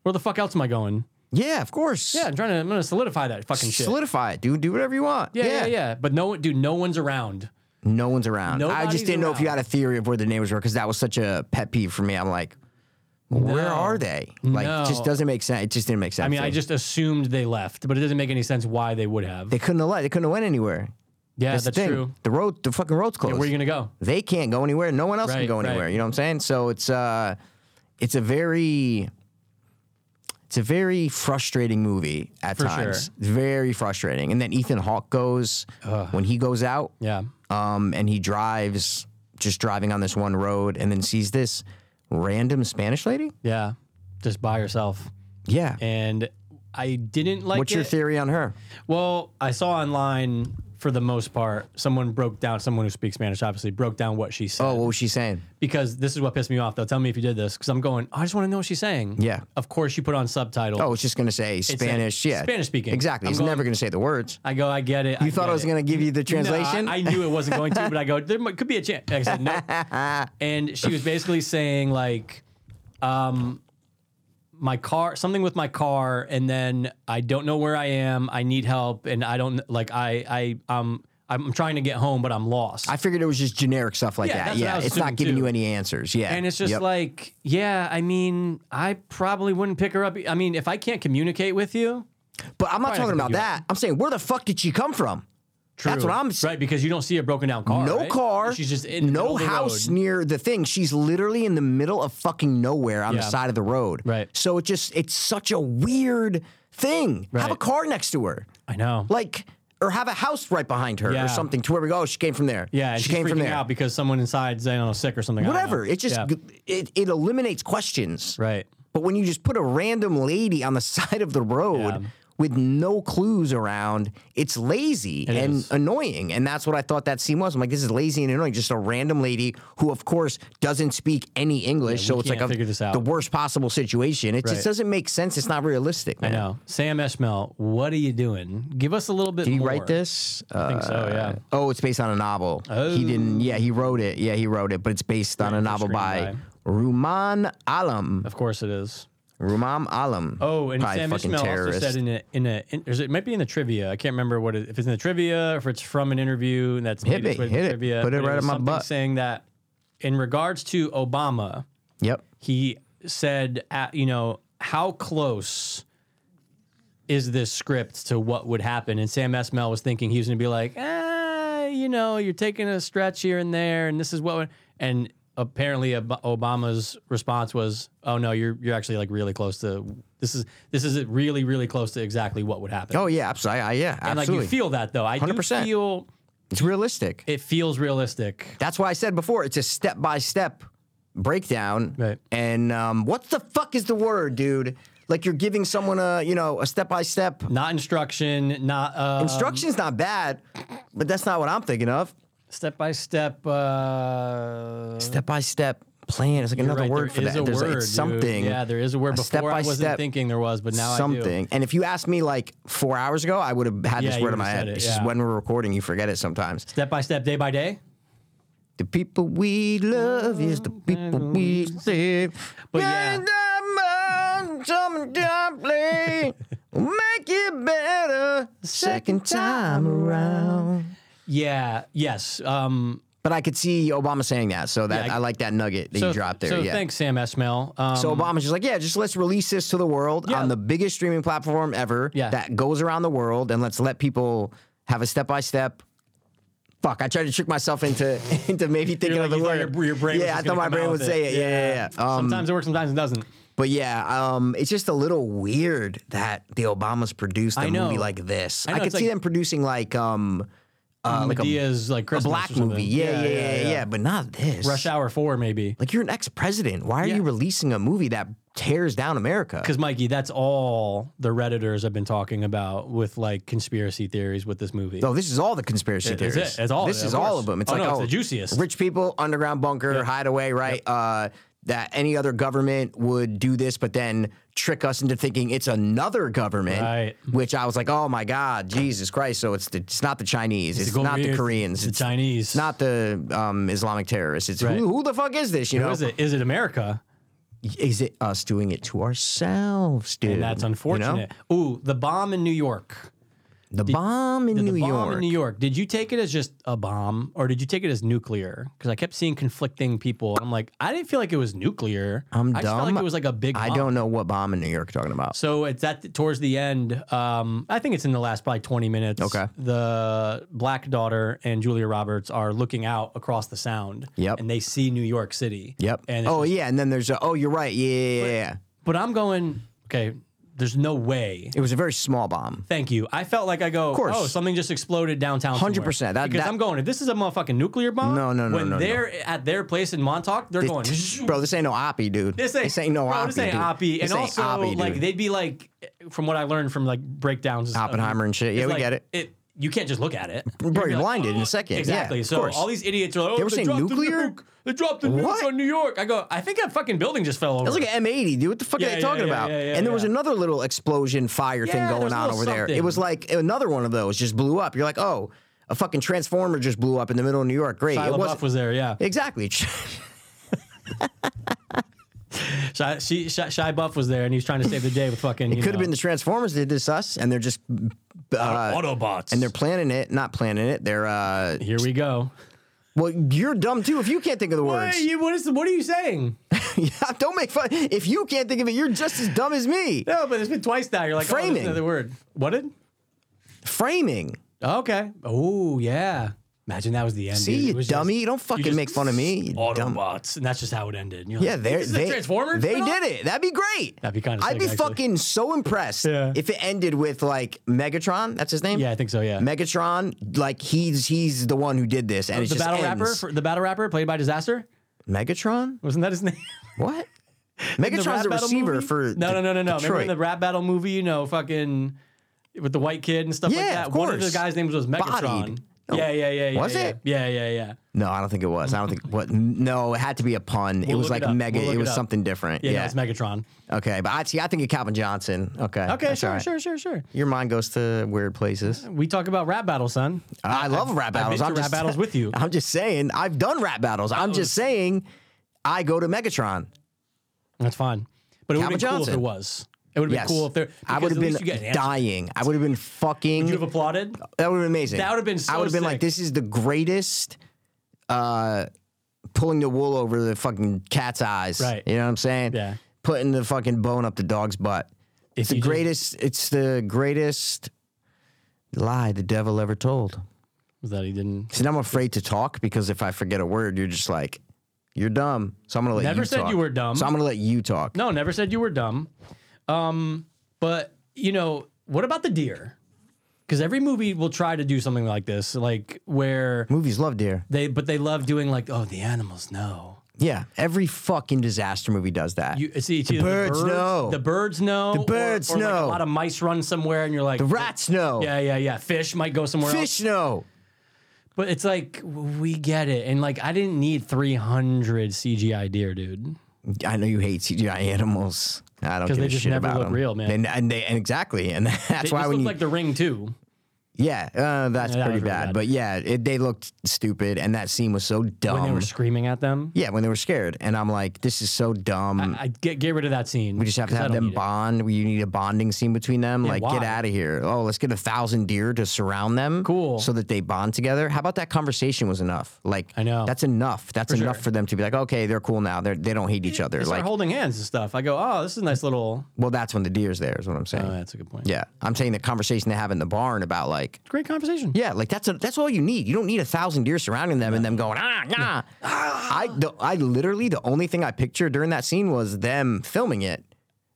B: Where the fuck else am I going?
A: Yeah, of course.
B: Yeah, I'm trying to. I'm gonna solidify that fucking shit.
A: Solidify it, dude. Do whatever you want.
B: yeah, yeah, yeah, But no one, dude, no one's around.
A: No one's around. I
B: Nobody's
A: just didn't know if you
B: around.
A: had a theory of where the neighbors were because that was such a pet peeve for me. I'm like, where are they? Like, it just
B: No.
A: doesn't make sense. It just didn't make sense.
B: I mean,
A: to
B: I
A: me.
B: just assumed they left, but it doesn't make any sense why they would have.
A: they couldn't have left. They couldn't have went anywhere.
B: yeah,
A: That's,
B: that's
A: the thing.
B: true.
A: The road, the fucking road's closed.
B: Where are you gonna go?
A: they can't go anywhere. No one else can
B: Right,
A: go
B: right.
A: anywhere. You know what I'm saying? So it's uh it's a very it's a very frustrating movie at
B: For
A: times.
B: sure.
A: It's Very frustrating. And then Ethan Hawke goes when he goes out,
B: Yeah,
A: um, and he drives just driving on this one road, and then sees this random Spanish lady.
B: yeah, just by yourself.
A: Yeah.
B: And I didn't like.
A: What's your
B: it.
A: theory on her?
B: Well, I saw online for the most part, someone broke down. Someone who speaks Spanish obviously broke down what she said.
A: Oh, what was she saying?
B: because this is what pissed me off though. Tell me if you did this because I'm going. I just want to know what she's saying.
A: Yeah.
B: Of course, you put on subtitles.
A: Oh, it's just gonna say Spanish. yeah,
B: Spanish speaking.
A: Exactly.
B: I'm
A: He's
B: going-
A: never gonna say the words.
B: I go. I get it.
A: You thought I was gonna give you the translation?
B: I, I knew it wasn't going to, but I go. There might- could be a chance. I
A: (laughs)
B: said no. and she was basically saying like, um, my car, something with my car, and then I don't know where I am. I need help, and I don't like. I I um. I'm trying to get home, but I'm lost.
A: I figured it was just generic stuff like
B: Yeah,
A: that.
B: that's what I
A: Yeah,
B: was
A: it's not
B: assuming,
A: giving
B: too.
A: you any answers. Yeah,
B: And it's just
A: Yep.
B: like, yeah, I mean, I probably wouldn't pick her up. I mean, if I can't communicate with you,
A: But I'm not
B: Probably
A: talking
B: not
A: about
B: gonna pick you
A: that. I'm saying where the fuck did she come from?
B: true.
A: That's what I'm saying.
B: right because you don't see a broken down car.
A: No
B: right?
A: car.
B: She's just in the middle
A: no
B: of the
A: house
B: road.
A: near the thing. She's literally in the middle of fucking nowhere on the
B: Yeah.
A: side of the road.
B: Right.
A: So it just it's such a weird thing. Have a
B: Right.
A: car next to her,
B: I know.
A: like, or have a house right behind her
B: Yeah.
A: or something to where we go. "Oh, She came from there.
B: yeah, and
A: she
B: she's
A: came
B: freaking
A: from there.
B: out because someone inside's I don't know sick or something. I don't
A: Whatever.
B: know.
A: It just
B: Yeah.
A: it, it eliminates questions.
B: right.
A: But when you just put a random lady on the (laughs) side of the road
B: Yeah.
A: with no clues around. It's lazy and
B: is.
A: annoying. And that's what I thought that scene was. I'm like, this is lazy and annoying. Just a random lady who, of course, doesn't speak any English. so it's
B: can't
A: like a,
B: figure this out.
A: the worst possible situation. It
B: Right.
A: just doesn't make sense. It's not realistic,
B: I
A: man.
B: know. Sam Esmail, what are you doing? Give us a little bit
A: Did he
B: more.
A: write this?
B: I think so, yeah. Oh.
A: Oh, it's based on a novel. He didn't. Yeah, he wrote it. Yeah, he wrote it, but it's based on a novel by, Ruman Alam.
B: Of course it is.
A: Ruman Alam.
B: Oh, and
A: Probably
B: Sam
A: fucking
B: Esmail
A: terrorist.
B: also said in a, in a in, or is it it might be in the trivia. I can't remember what it, if it's in the trivia, if it's from an interview, and that's
A: Hit
B: maybe
A: me,
B: it's with
A: hit
B: the
A: it.
B: trivia.
A: Put it
B: but
A: right
B: was
A: in my
B: something
A: butt.
B: Saying that in regards to Obama,
A: Yep.
B: he said, uh, you know, how close is this script to what would happen? And Sam Esmail was thinking he was going to be like, ah, you know, you're taking a stretch here and there, and this is what. would-" And apparently, Ob- Obama's response was, oh no, you're you're actually like really close to this is this is really really close to exactly what would happen.
A: Oh yeah, absolutely. I, yeah,
B: and like
A: absolutely.
B: you feel that though, I do
A: 100%.
B: feel
A: it's realistic.
B: it feels realistic.
A: That's why I said before it's a step by step breakdown.
B: Right.
A: And um, what the fuck is the word, dude? Like you're giving someone a you know a step by step
B: Not instruction, not uh,
A: instruction's not bad, but that's not what I'm thinking of.
B: step by step. Uh,
A: Step by step plan is like another
B: Right,
A: word for
B: there is
A: that.
B: a
A: There's like
B: word, dude.
A: something.
B: Yeah, there is a word.
A: a
B: Before I wasn't
A: step-by-step
B: thinking there was, but now I do.
A: something. And if you asked me like four hours ago, I would have had
B: Yeah,
A: this
B: you
A: word in
B: would've
A: my
B: said
A: head.
B: it,
A: it's just
B: yeah.
A: when we're recording, you forget it sometimes.
B: Step by step, day by day.
A: The people we love is the people Oh, we save.
B: But yeah.
A: Bring them on, some dumpling, make it better second time around.
B: Yeah. Yes. Um,
A: But I could see Obama saying that, so that
B: Yeah, I-
A: I, like that nugget that
B: so
A: you dropped there.
B: so
A: yeah.
B: thanks, Sam Esmail. Um,
A: So Obama's just like, yeah, just let's release this to the world
B: Yeah.
A: on the biggest streaming platform ever
B: Yeah.
A: that goes around the world, and let's let people have a step by step. Fuck, I tried to trick myself into (laughs) into maybe thinking
B: you're
A: of
B: like,
A: the
B: you
A: word.
B: thought Your, your brain was
A: yeah, I
B: just
A: thought
B: gonna
A: my
B: come
A: brain
B: out
A: would
B: with
A: say it. Yeah, yeah, yeah. Um,
B: sometimes it works, sometimes it doesn't.
A: but yeah, um, it's just a little weird that the Obamas produced a
B: I know.
A: movie like this.
B: I
A: I,
B: know,
A: could
B: it's
A: see
B: like-
A: them producing like um, uh, like a,
B: Medea's like
A: a
B: Christmas
A: black
B: or something.
A: movie. Yeah yeah yeah, yeah, but not this.
B: Rush Hour Four, maybe.
A: Like you're an ex president. Why are
B: Yeah.
A: you releasing a movie that tears down America?
B: Because Mikey, that's all the redditors have been talking about with like conspiracy theories with this movie.
A: No, this is all the conspiracy
B: That's
A: theories.
B: it. That's all of
A: This
B: it,
A: is
B: of
A: all
B: course.
A: of them. It's
B: Oh,
A: like
B: no, it's
A: oh,
B: the juiciest.
A: Rich people, underground bunker, hideaway, right? Uh, that any other government would do this, but then trick us into thinking it's another government.
B: Right.
A: Which I was like, oh my god, Jesus Christ! So it's the, it's not the Chinese, it's,
B: Go
A: not
B: weird.
A: the Koreans,
B: the
A: it's,
B: Chinese.
A: not the um, Islamic terrorists. It's
B: Right.
A: who, who the fuck is this? You know,
B: What is it? Is it America?
A: is it us doing it to ourselves, dude?
B: And that's
A: You know?
B: unfortunate. Ooh, the bomb in New York.
A: The bomb in New
B: the bomb
A: York.
B: in New York. Did you take it as just a bomb, or did you take it as nuclear? Because I kept seeing conflicting people, and I'm like, I didn't feel like it was nuclear.
A: I'm
B: I just felt
A: dumb.
B: like it was like a big.
A: I
B: bomb.
A: don't know what bomb in New York you're talking about.
B: So it's at towards the end. Um, I think it's in the last probably 20 minutes.
A: Okay.
B: The black daughter and Julia Roberts are looking out across the Sound.
A: Yep.
B: And they see New York City.
A: Yep.
B: And it's
A: oh yeah, and then there's a oh you're right. Yeah, yeah, yeah, yeah.
B: But I'm going. Okay. There's no way.
A: It was a very small bomb.
B: Thank you. I felt like I go,
A: course.
B: oh, something just exploded downtown.
A: 100%.
B: somewhere."
A: That-
B: because
A: that-
B: I'm going, if this is a motherfucking nuclear bomb,
A: No, no, no,
B: when
A: no, no.
B: they're at their place in Montauk, they're going, "Shh."
A: Bro, this ain't no oppie, dude.
B: (laughs) this ain't,
A: no
B: bro,
A: oppie.
B: This ain't
A: dude.
B: oppie.
A: This
B: and
A: ain't
B: also,
A: oppie,
B: like,
A: dude.
B: they'd be like, from what I learned from like breakdowns, of-
A: Oppenheimer and shit. Yeah,
B: it's
A: we
B: like,
A: get it.
B: It you can't just look at it.
A: Bro,
B: be
A: you're
B: like,
A: blinded in
B: "Oh,"
A: a second. Yeah,
B: Exactly.
A: of
B: so
A: course.
B: all these idiots are like, oh,
A: They
B: they,
A: were saying
B: dropped
A: nuclear?
B: The nuke. They dropped the nuke
A: What?
B: on New York. I go, I think that fucking building just fell over.
A: It was like an M80, dude. What the fuck
B: Yeah,
A: are
B: yeah,
A: they talking
B: yeah,
A: about?
B: yeah, yeah,
A: and there was
B: yeah.
A: another little explosion fire
B: Yeah,
A: thing
B: there
A: going
B: was a
A: on
B: little
A: over there. It
B: something.
A: was like another one of those just blew up. You're like, oh, a fucking transformer just blew up in the middle of New York. Great.
B: Shia
A: it
B: LaBeouf
A: wasn't
B: was there, yeah.
A: exactly. (laughs)
B: Shia, she, Shia, Shia Buff was there, and he was trying to save the day with fucking.
A: Could have been the Transformers that did this us, and they're just uh,
B: Autobots.
A: they're planning it, not planning it. They're uh,
B: here we go.
A: well, you're dumb too if you can't think of the words. (laughs)
B: Hey, you- what is? What are you saying?
A: Yeah, don't make fun. If you can't think of it, you're just as dumb as me.
B: No, but it's been twice now. You're like, oh,
A: Framing.
B: there's another word. What did?
A: Framing.
B: Okay. Oh yeah. Imagine that was the end.
A: See,
B: dude. It
A: you
B: was
A: dummy.
B: just-
A: don't fucking
B: just
A: make fun of me. You
B: Autobots,
A: dumb.
B: and that's just how it ended. And you're
A: Yeah,
B: like,
A: they're,
B: this is a
A: they
B: Transformers.
A: They
B: spin-off?
A: did it. That'd be great.
B: That'd be kinda
A: I'd
B: sick,
A: be
B: actually.
A: fucking so impressed
B: Yeah.
A: if it ended with like Megatron. That's his name.
B: Yeah, I think so. Yeah.
A: Megatron. Like he's he's the one who did this, and it's
B: the
A: just
B: battle
A: ends.
B: rapper, for, the battle rapper played by Disaster,
A: Megatron.
B: wasn't that his name? (laughs)
A: What?
B: The
A: Megatron's
B: rap
A: the
B: battle
A: receiver
B: movie?
A: for
B: no,
A: De-
B: no, no, no, no. Remember
A: Detroit.
B: in the rap battle movie, you know, fucking with the white kid and stuff like
A: Yeah,
B: that.
A: of
B: One of the
A: course.
B: guys' names was Megatron.
A: Bodied. No.
B: Yeah, yeah, yeah, yeah.
A: Was
B: yeah.
A: it?
B: Yeah, yeah, yeah.
A: No, I don't think it was. I don't think what. No, it had to be a pun. it
B: We'll
A: was
B: look
A: like
B: it up.
A: mega.
B: We'll look
A: it
B: it
A: was
B: up.
A: something different.
B: Yeah,
A: Yeah.
B: no, it's Megatron.
A: okay, but I see. I think of Calvin Johnson. Okay.
B: Okay,
A: that's
B: sure,
A: all right.
B: sure, sure, sure.
A: Your mind goes to weird places.
B: We talk about rap battles, son.
A: I love Oh, rap
B: I've been
A: battles.
B: to
A: I'm
B: rap
A: just, (laughs)
B: battles with you. Oh.
A: I'm just saying. I've done rap battles. I'm just saying. I go to Megatron.
B: That's fine. But it would have been
A: Calvin
B: cool if
A: Johnson.
B: it was. It would have
A: Yes.
B: been cool if there.
A: I
B: because
A: would have
B: at least you
A: been
B: get an answer.
A: dying. I would have been fucking.
B: Would you have applauded?
A: That would have been amazing.
B: That would've been so
A: I would have been like,
B: sick.
A: this is the greatest uh, pulling the wool over the fucking cat's eyes.
B: Right.
A: You know what I'm saying?
B: Yeah.
A: Putting the fucking bone up the dog's butt.
B: If
A: It's the
B: you just-
A: greatest. It's the greatest lie the devil ever told.
B: Was that he didn't?
A: See, now I'm afraid to talk because if I forget a word, you're just like, you're dumb. So I'm gonna let
B: Never
A: you
B: said
A: talk.
B: you were dumb.
A: So I'm gonna let you talk.
B: No, never said you were dumb. Um, but you know, what about the deer? Because every movie will try to do something like this, like where
A: Movies love deer.
B: they, but they love doing like, oh, the animals know.
A: Yeah. Every fucking disaster movie does that.
B: You it's either the
A: birds know.
B: The birds know. The
A: birds
B: or, or Like a
A: know.
B: lot of mice run somewhere, and you're like,
A: Rats know.
B: Yeah, yeah, yeah. Fish might go somewhere else.
A: Oh. Fish know.
B: But it's like we get it, and like I didn't need 300 CGI deer, dude.
A: I know you hate CGI animals. I don't give
B: they
A: a
B: just
A: shit
B: never
A: about
B: look
A: them.
B: real, man.
A: And, and they and exactly, and (laughs) that's
B: It
A: why
B: just
A: when
B: looked
A: you
B: like the ring too.
A: yeah, uh, that's
B: Yeah,
A: pretty
B: that was really
A: bad.
B: bad.
A: But yeah, it, they looked stupid, and that scene was so dumb.
B: When they were screaming at them,
A: Um, yeah, when they were scared, and I'm like, this is so dumb.
B: I get get rid of that scene.
A: we just have to have them bond. We You need a bonding scene between them. like,
B: why?
A: get out of here. Oh, let's get a thousand deer to surround them.
B: Cool.
A: So that they bond together. How about that conversation was enough? Like,
B: I know.
A: That's enough. That's enough
B: sure.
A: for them to be like, okay, they're cool now. They're, they don't hate each other.
B: They start
A: Like,
B: holding hands and stuff. I go, oh, this is a nice little.
A: well, that's when the deer's there, is what I'm saying.
B: Oh, that's a good point.
A: Yeah, I'm saying the conversation they have in the barn about like,
B: Great conversation.
A: yeah, like that's a, that's all you need. You don't need a thousand deer surrounding them and them going ah nah. I the, I literally the only thing I pictured during that scene was them filming it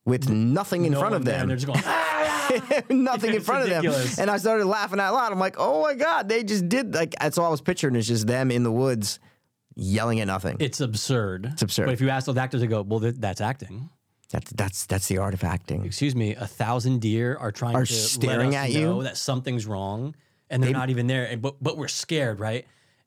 A: with nothing in
B: No
A: front
B: one
A: of
B: there, and they're
A: them,
B: just going. "Ah!"
A: (laughs) nothing in
B: It's
A: front of
B: ridiculous.
A: them, and I started laughing out loud. I'm like, oh my god, they just did like that's all I was picturing is just them in the woods yelling at nothing.
B: It's absurd. It's
A: absurd.
B: But if you ask those actors, they go, well, th- that's acting.
A: That's that's that's the art of acting.
B: Excuse me, a thousand deer are trying
A: Are
B: to
A: staring
B: let us
A: at you?
B: know that something's wrong, and they're not even there. And, but but we're scared, right?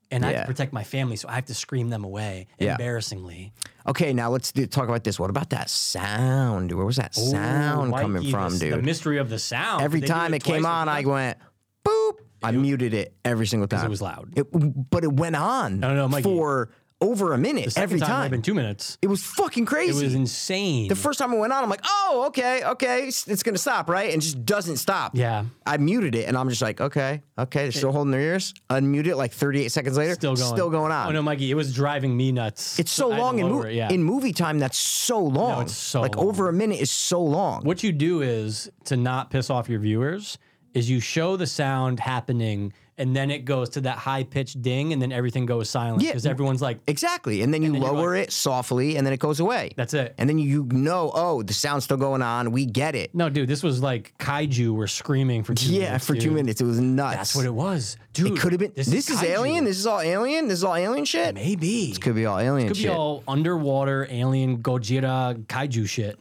B: And I have
A: Yeah.
B: to protect my family, so I have to scream them away
A: Yeah.
B: embarrassingly.
A: Okay, now let's do, talk about this. What about that sound? Where was that sound
B: Ooh,
A: coming
B: Oh, Mikey,
A: from,
B: this-
A: dude?
B: The mystery of the sound.
A: Every
B: They do
A: time it came
B: twice
A: on,
B: with-
A: I went boop. I muted it every single time.
B: it was loud.
A: It- but it went on
B: No, no, Mikey.
A: for over a minute
B: Second
A: every
B: time,
A: time.
B: in two minutes.
A: It was fucking
B: It
A: crazy.
B: was insane.
A: the first time it went on, I'm like, oh, okay, okay, it's, it's gonna stop, right? And it just doesn't stop.
B: Yeah.
A: I muted it, and I'm just like, okay, okay, they're still holding their ears. Unmute it like 38 seconds later,
B: still going,
A: still going
B: Oh
A: on.
B: no, Mikey, it was driving me nuts.
A: It's so
B: I had to
A: long in, mo-
B: lower it, yeah.
A: in movie time. That's so long.
B: it's so
A: like over a minute is so long.
B: what you do is to not piss off your viewers is you show the sound happening and then it goes to that high pitched ding and then everything goes silent
A: Yeah.
B: because everyone's like
A: Exactly. And then you
B: you're
A: lower it softly and then it goes away.
B: That's it.
A: And then you know, oh, the sound's still going on. We get it.
B: no dude this was like kaiju were screaming for two
A: Yeah,
B: minutes,
A: for two
B: dude.
A: minutes. It was nuts.
B: that's what it was dude
A: could have been. This, is,
B: kaiju.
A: alien. This is all alien. This is all alien shit.
B: maybe
A: Could be all alien
B: could be
A: shit.
B: all underwater alien Gojira kaiju shit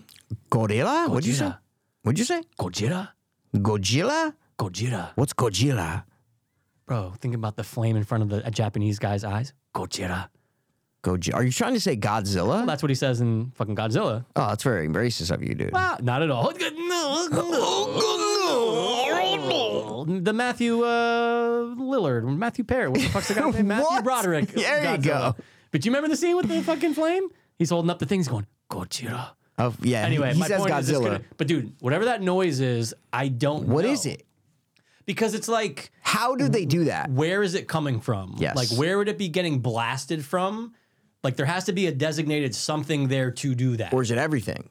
A: Gorilla? What'd you say?
B: Godzilla.
A: What'd you say?
B: Gojira
A: Godzilla?
B: Gojira
A: What's Godzilla?
B: bro think about the flame in front of the a Japanese guy's eyes Gojira
A: Godzilla. Are you trying to say Godzilla?
B: that's what he says in fucking Godzilla
A: Oh, that's very racist of you, dude.
B: Ah, not at all. (laughs) The Matthew uh, Lillard, Matthew Perry, what the fuck's the
A: (laughs)
B: guy's name? Matthew
A: What?
B: Broderick.
A: There you go.
B: But you remember the scene with the fucking flame? He's holding up the things, going Godzilla.
A: Oh, yeah. he-
B: Anyway,
A: he
B: my
A: says
B: point is, this
A: Godzilla.
B: could- but dude, whatever that noise is, I don't.
A: What
B: know.
A: is it?
B: Because it's like,
A: How do they do that?
B: where is it coming from?
A: Yes.
B: Like, where would it be getting blasted from? Like, there has to be a designated something there to do that.
A: or is it everything?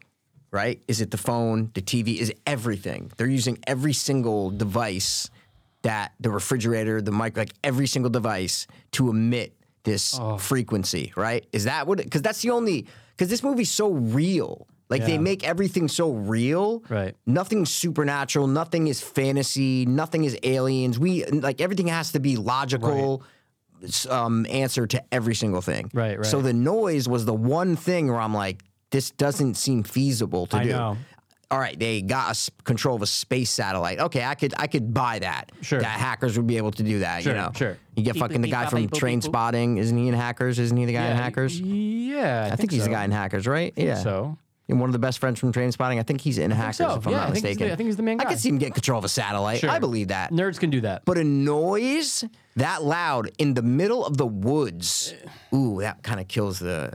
A: Right? Is it the phone, the TV? Is it everything? They're using every single device that the refrigerator, the mic, like every single device to emit this
B: Oh.
A: frequency, right? Is that what? Because that's the only. Because this movie's so real. Like they
B: Yeah.
A: make everything so real.
B: Right.
A: Nothing's supernatural. Nothing is fantasy. Nothing is aliens. We like everything has to be logical s- um, answer to every single thing.
B: Right, right.
A: So the noise was the one thing where I'm like, this doesn't seem feasible to
B: I
A: do.
B: know.
A: all right, they got us control of a space satellite. Okay, I could I could buy that.
B: Sure.
A: That hackers would be able to do that,
B: Sure,
A: you know.
B: sure.
A: You get
C: Beep,
A: fucking the
C: beep,
A: guy
C: bop,
A: from
C: beep, boop,
A: Train
C: beep, boop.
A: Spotting, isn't he in Hackers? Isn't he the guy in Hackers?
B: Yeah,
A: I think he's
B: so.
A: the guy in Hackers, right? yeah.
B: So
A: And one of the best friends from Train Spotting. I think he's in Hackers,
B: so.
A: if I'm
B: Yeah,
A: not
B: I think he's the-
A: mistaken.
B: I think he's the main
A: I
B: guy.
A: could see him getting control of a satellite.
B: Sure.
A: I believe that.
B: nerds can do that.
A: But a noise that loud in the middle of the woods, ooh, that kind of kills the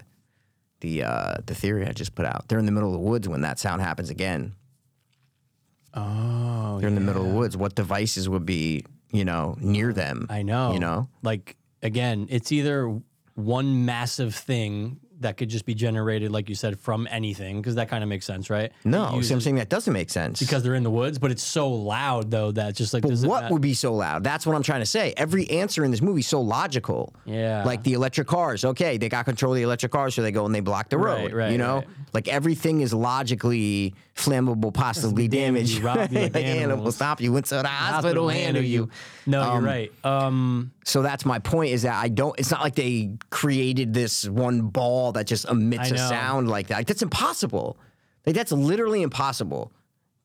A: the uh, the theory I just put out. They're in the middle of the woods when that sound happens again.
B: oh,
A: They're in the middle of the woods. What devices would be, you know, near them?
B: I know.
A: You know?
B: like again, it's either one massive thing that could just be generated, like you said, from anything, because that kind of makes sense, right?
A: No,
B: It uses-
A: so I'm saying that doesn't make sense.
B: because they're in the woods, but it's so loud though that it's just like does it
A: what
B: matter?
A: would be so loud? That's what I'm trying to say. Every answer in this movie is so logical.
B: Yeah.
A: Like the electric cars. Okay, they got control of the electric cars, so they go and they block the road.
B: Right, right,
A: you know,
B: right.
A: like everything is logically flammable, possibly damaged.
B: you rob
A: (laughs)
B: you like
A: animal
B: animals.
A: stop you into the hospital,
B: Hospital
A: handle you.
B: No, you're right. Um,
A: So that's my point. Is that I don't. It's not like they created this one ball that just emits
B: I
A: a
B: know.
A: sound like that. Like, that's impossible. Like that's literally impossible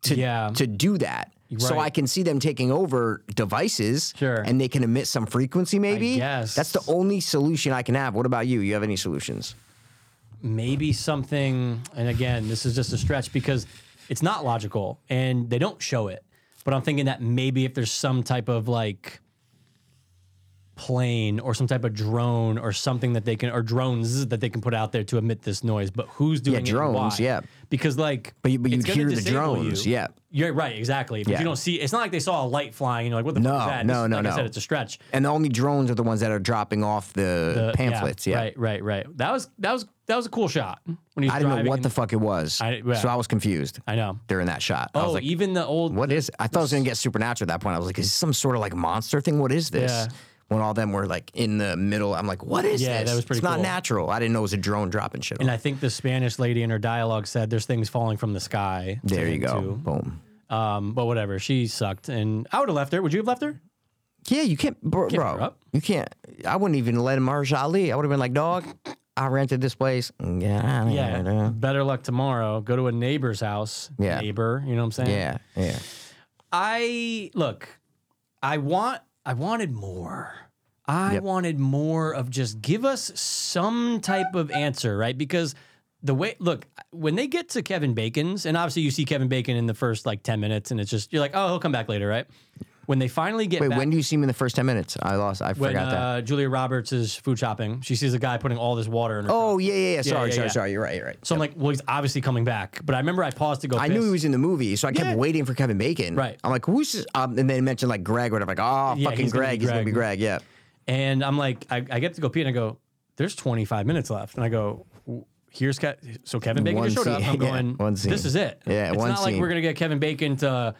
A: to
B: Yeah.
A: to do that. So
B: Um, Right.
A: I can see them taking over devices,
B: Sure.
A: and they can emit some frequency. Maybe
B: guess.
A: that's the only solution I can have. What about you? You have any solutions?
B: maybe something, and again, this is just a stretch because it's not logical and they don't show it. But I'm thinking that maybe if there's some type of like plane or some type of drone or something that they can or drones that they can put out there to emit this noise. But who's doing it and
A: drones,
B: why?
A: yeah.
B: Because like,
A: But you- but you'd
B: it's gonna
A: hear the
B: disable
A: drones,
B: you.
A: yeah.
B: You're right, exactly. But
A: Yeah.
B: you don't see. It's not like they saw a light flying. You know, like what the
A: No,
B: fuck is that?
A: no,
B: This-
A: no,
B: like
A: no.
B: I said, it's a stretch.
A: And the only drones are the ones that are dropping off the,
B: Uh,
A: pamphlets. Yeah,
B: Right, right, right. That was that was that was a cool shot when he was
A: I didn't know
B: driving
A: what
B: and-
A: the fuck it was,
B: I- yeah.
A: so I was confused
B: I know.
A: during that shot. I
B: Oh,
A: was like,
B: even the old
A: what is I thought it was gonna get supernatural at that point. I was like, is this some sort of like monster thing? What is this?
B: Yeah.
A: When all them were like in the middle, I'm like, what is
B: Yeah,
A: this?
B: that was pretty
A: it's not
B: cool.
A: natural. I didn't know it was a drone dropping shit.
B: and
A: off.
B: I think the Spanish lady in her dialogue said there's things falling from the sky. to
A: there you
B: him,
A: go.
B: too."
A: Boom.
B: Um, but whatever. She sucked and I would have left her. Would you have left her?
A: Yeah, you can't bro,
B: her
A: bro
B: up.
A: you can't I wouldn't even let him Marj Ali. I would have been like, dog, I rented this place. Yeah.
B: Yeah.
A: Yeah.
B: Better luck tomorrow. Go to a neighbor's house.
A: Yeah.
B: Neighbor, you know what I'm saying?
A: Yeah. Yeah.
B: I look, I want I wanted more. I
A: Yep.
B: wanted more of just give us some type of answer, right? Because the way look, when they get to Kevin Bacon's, and obviously you see Kevin Bacon in the first like 10 minutes, and it's just you're like, oh, he'll come back later, right? When they finally get
A: Wait,
B: back
A: when do you see him in the first ten minutes? I lost I
B: when
A: forgot that.
B: uh, Julia Roberts is food shopping, she sees a guy putting all this water in her.
A: Oh yeah, yeah, yeah. Sorry,
B: yeah,
A: sorry,
B: yeah.
A: sorry. You're right, you're right.
B: so I'm like, well, he's obviously coming back. But I remember I paused to go.
A: I
B: piss.
A: knew he was in the movie, so I kept
B: Yeah.
A: waiting for Kevin Bacon.
B: Right.
A: I'm like, who's this? Um, and they mentioned like Greg or whatever. Like, oh,
B: Yeah,
A: fucking
B: he's gonna be
A: Greg. He's going to be Greg.
B: Greg.
A: Yeah.
B: And I'm like, I, I get to go pee, and I go, "There's 25 minutes left." And I go, "W- "Here's Ke-. so Kevin Bacon
A: One
B: just showed up."
A: scene, (laughs)
B: I'm
A: yeah,
B: going,
A: one scene.
B: "This is it."
A: Yeah,
B: it's
A: one
B: not like
A: scene.
B: we're gonna get Kevin Bacon to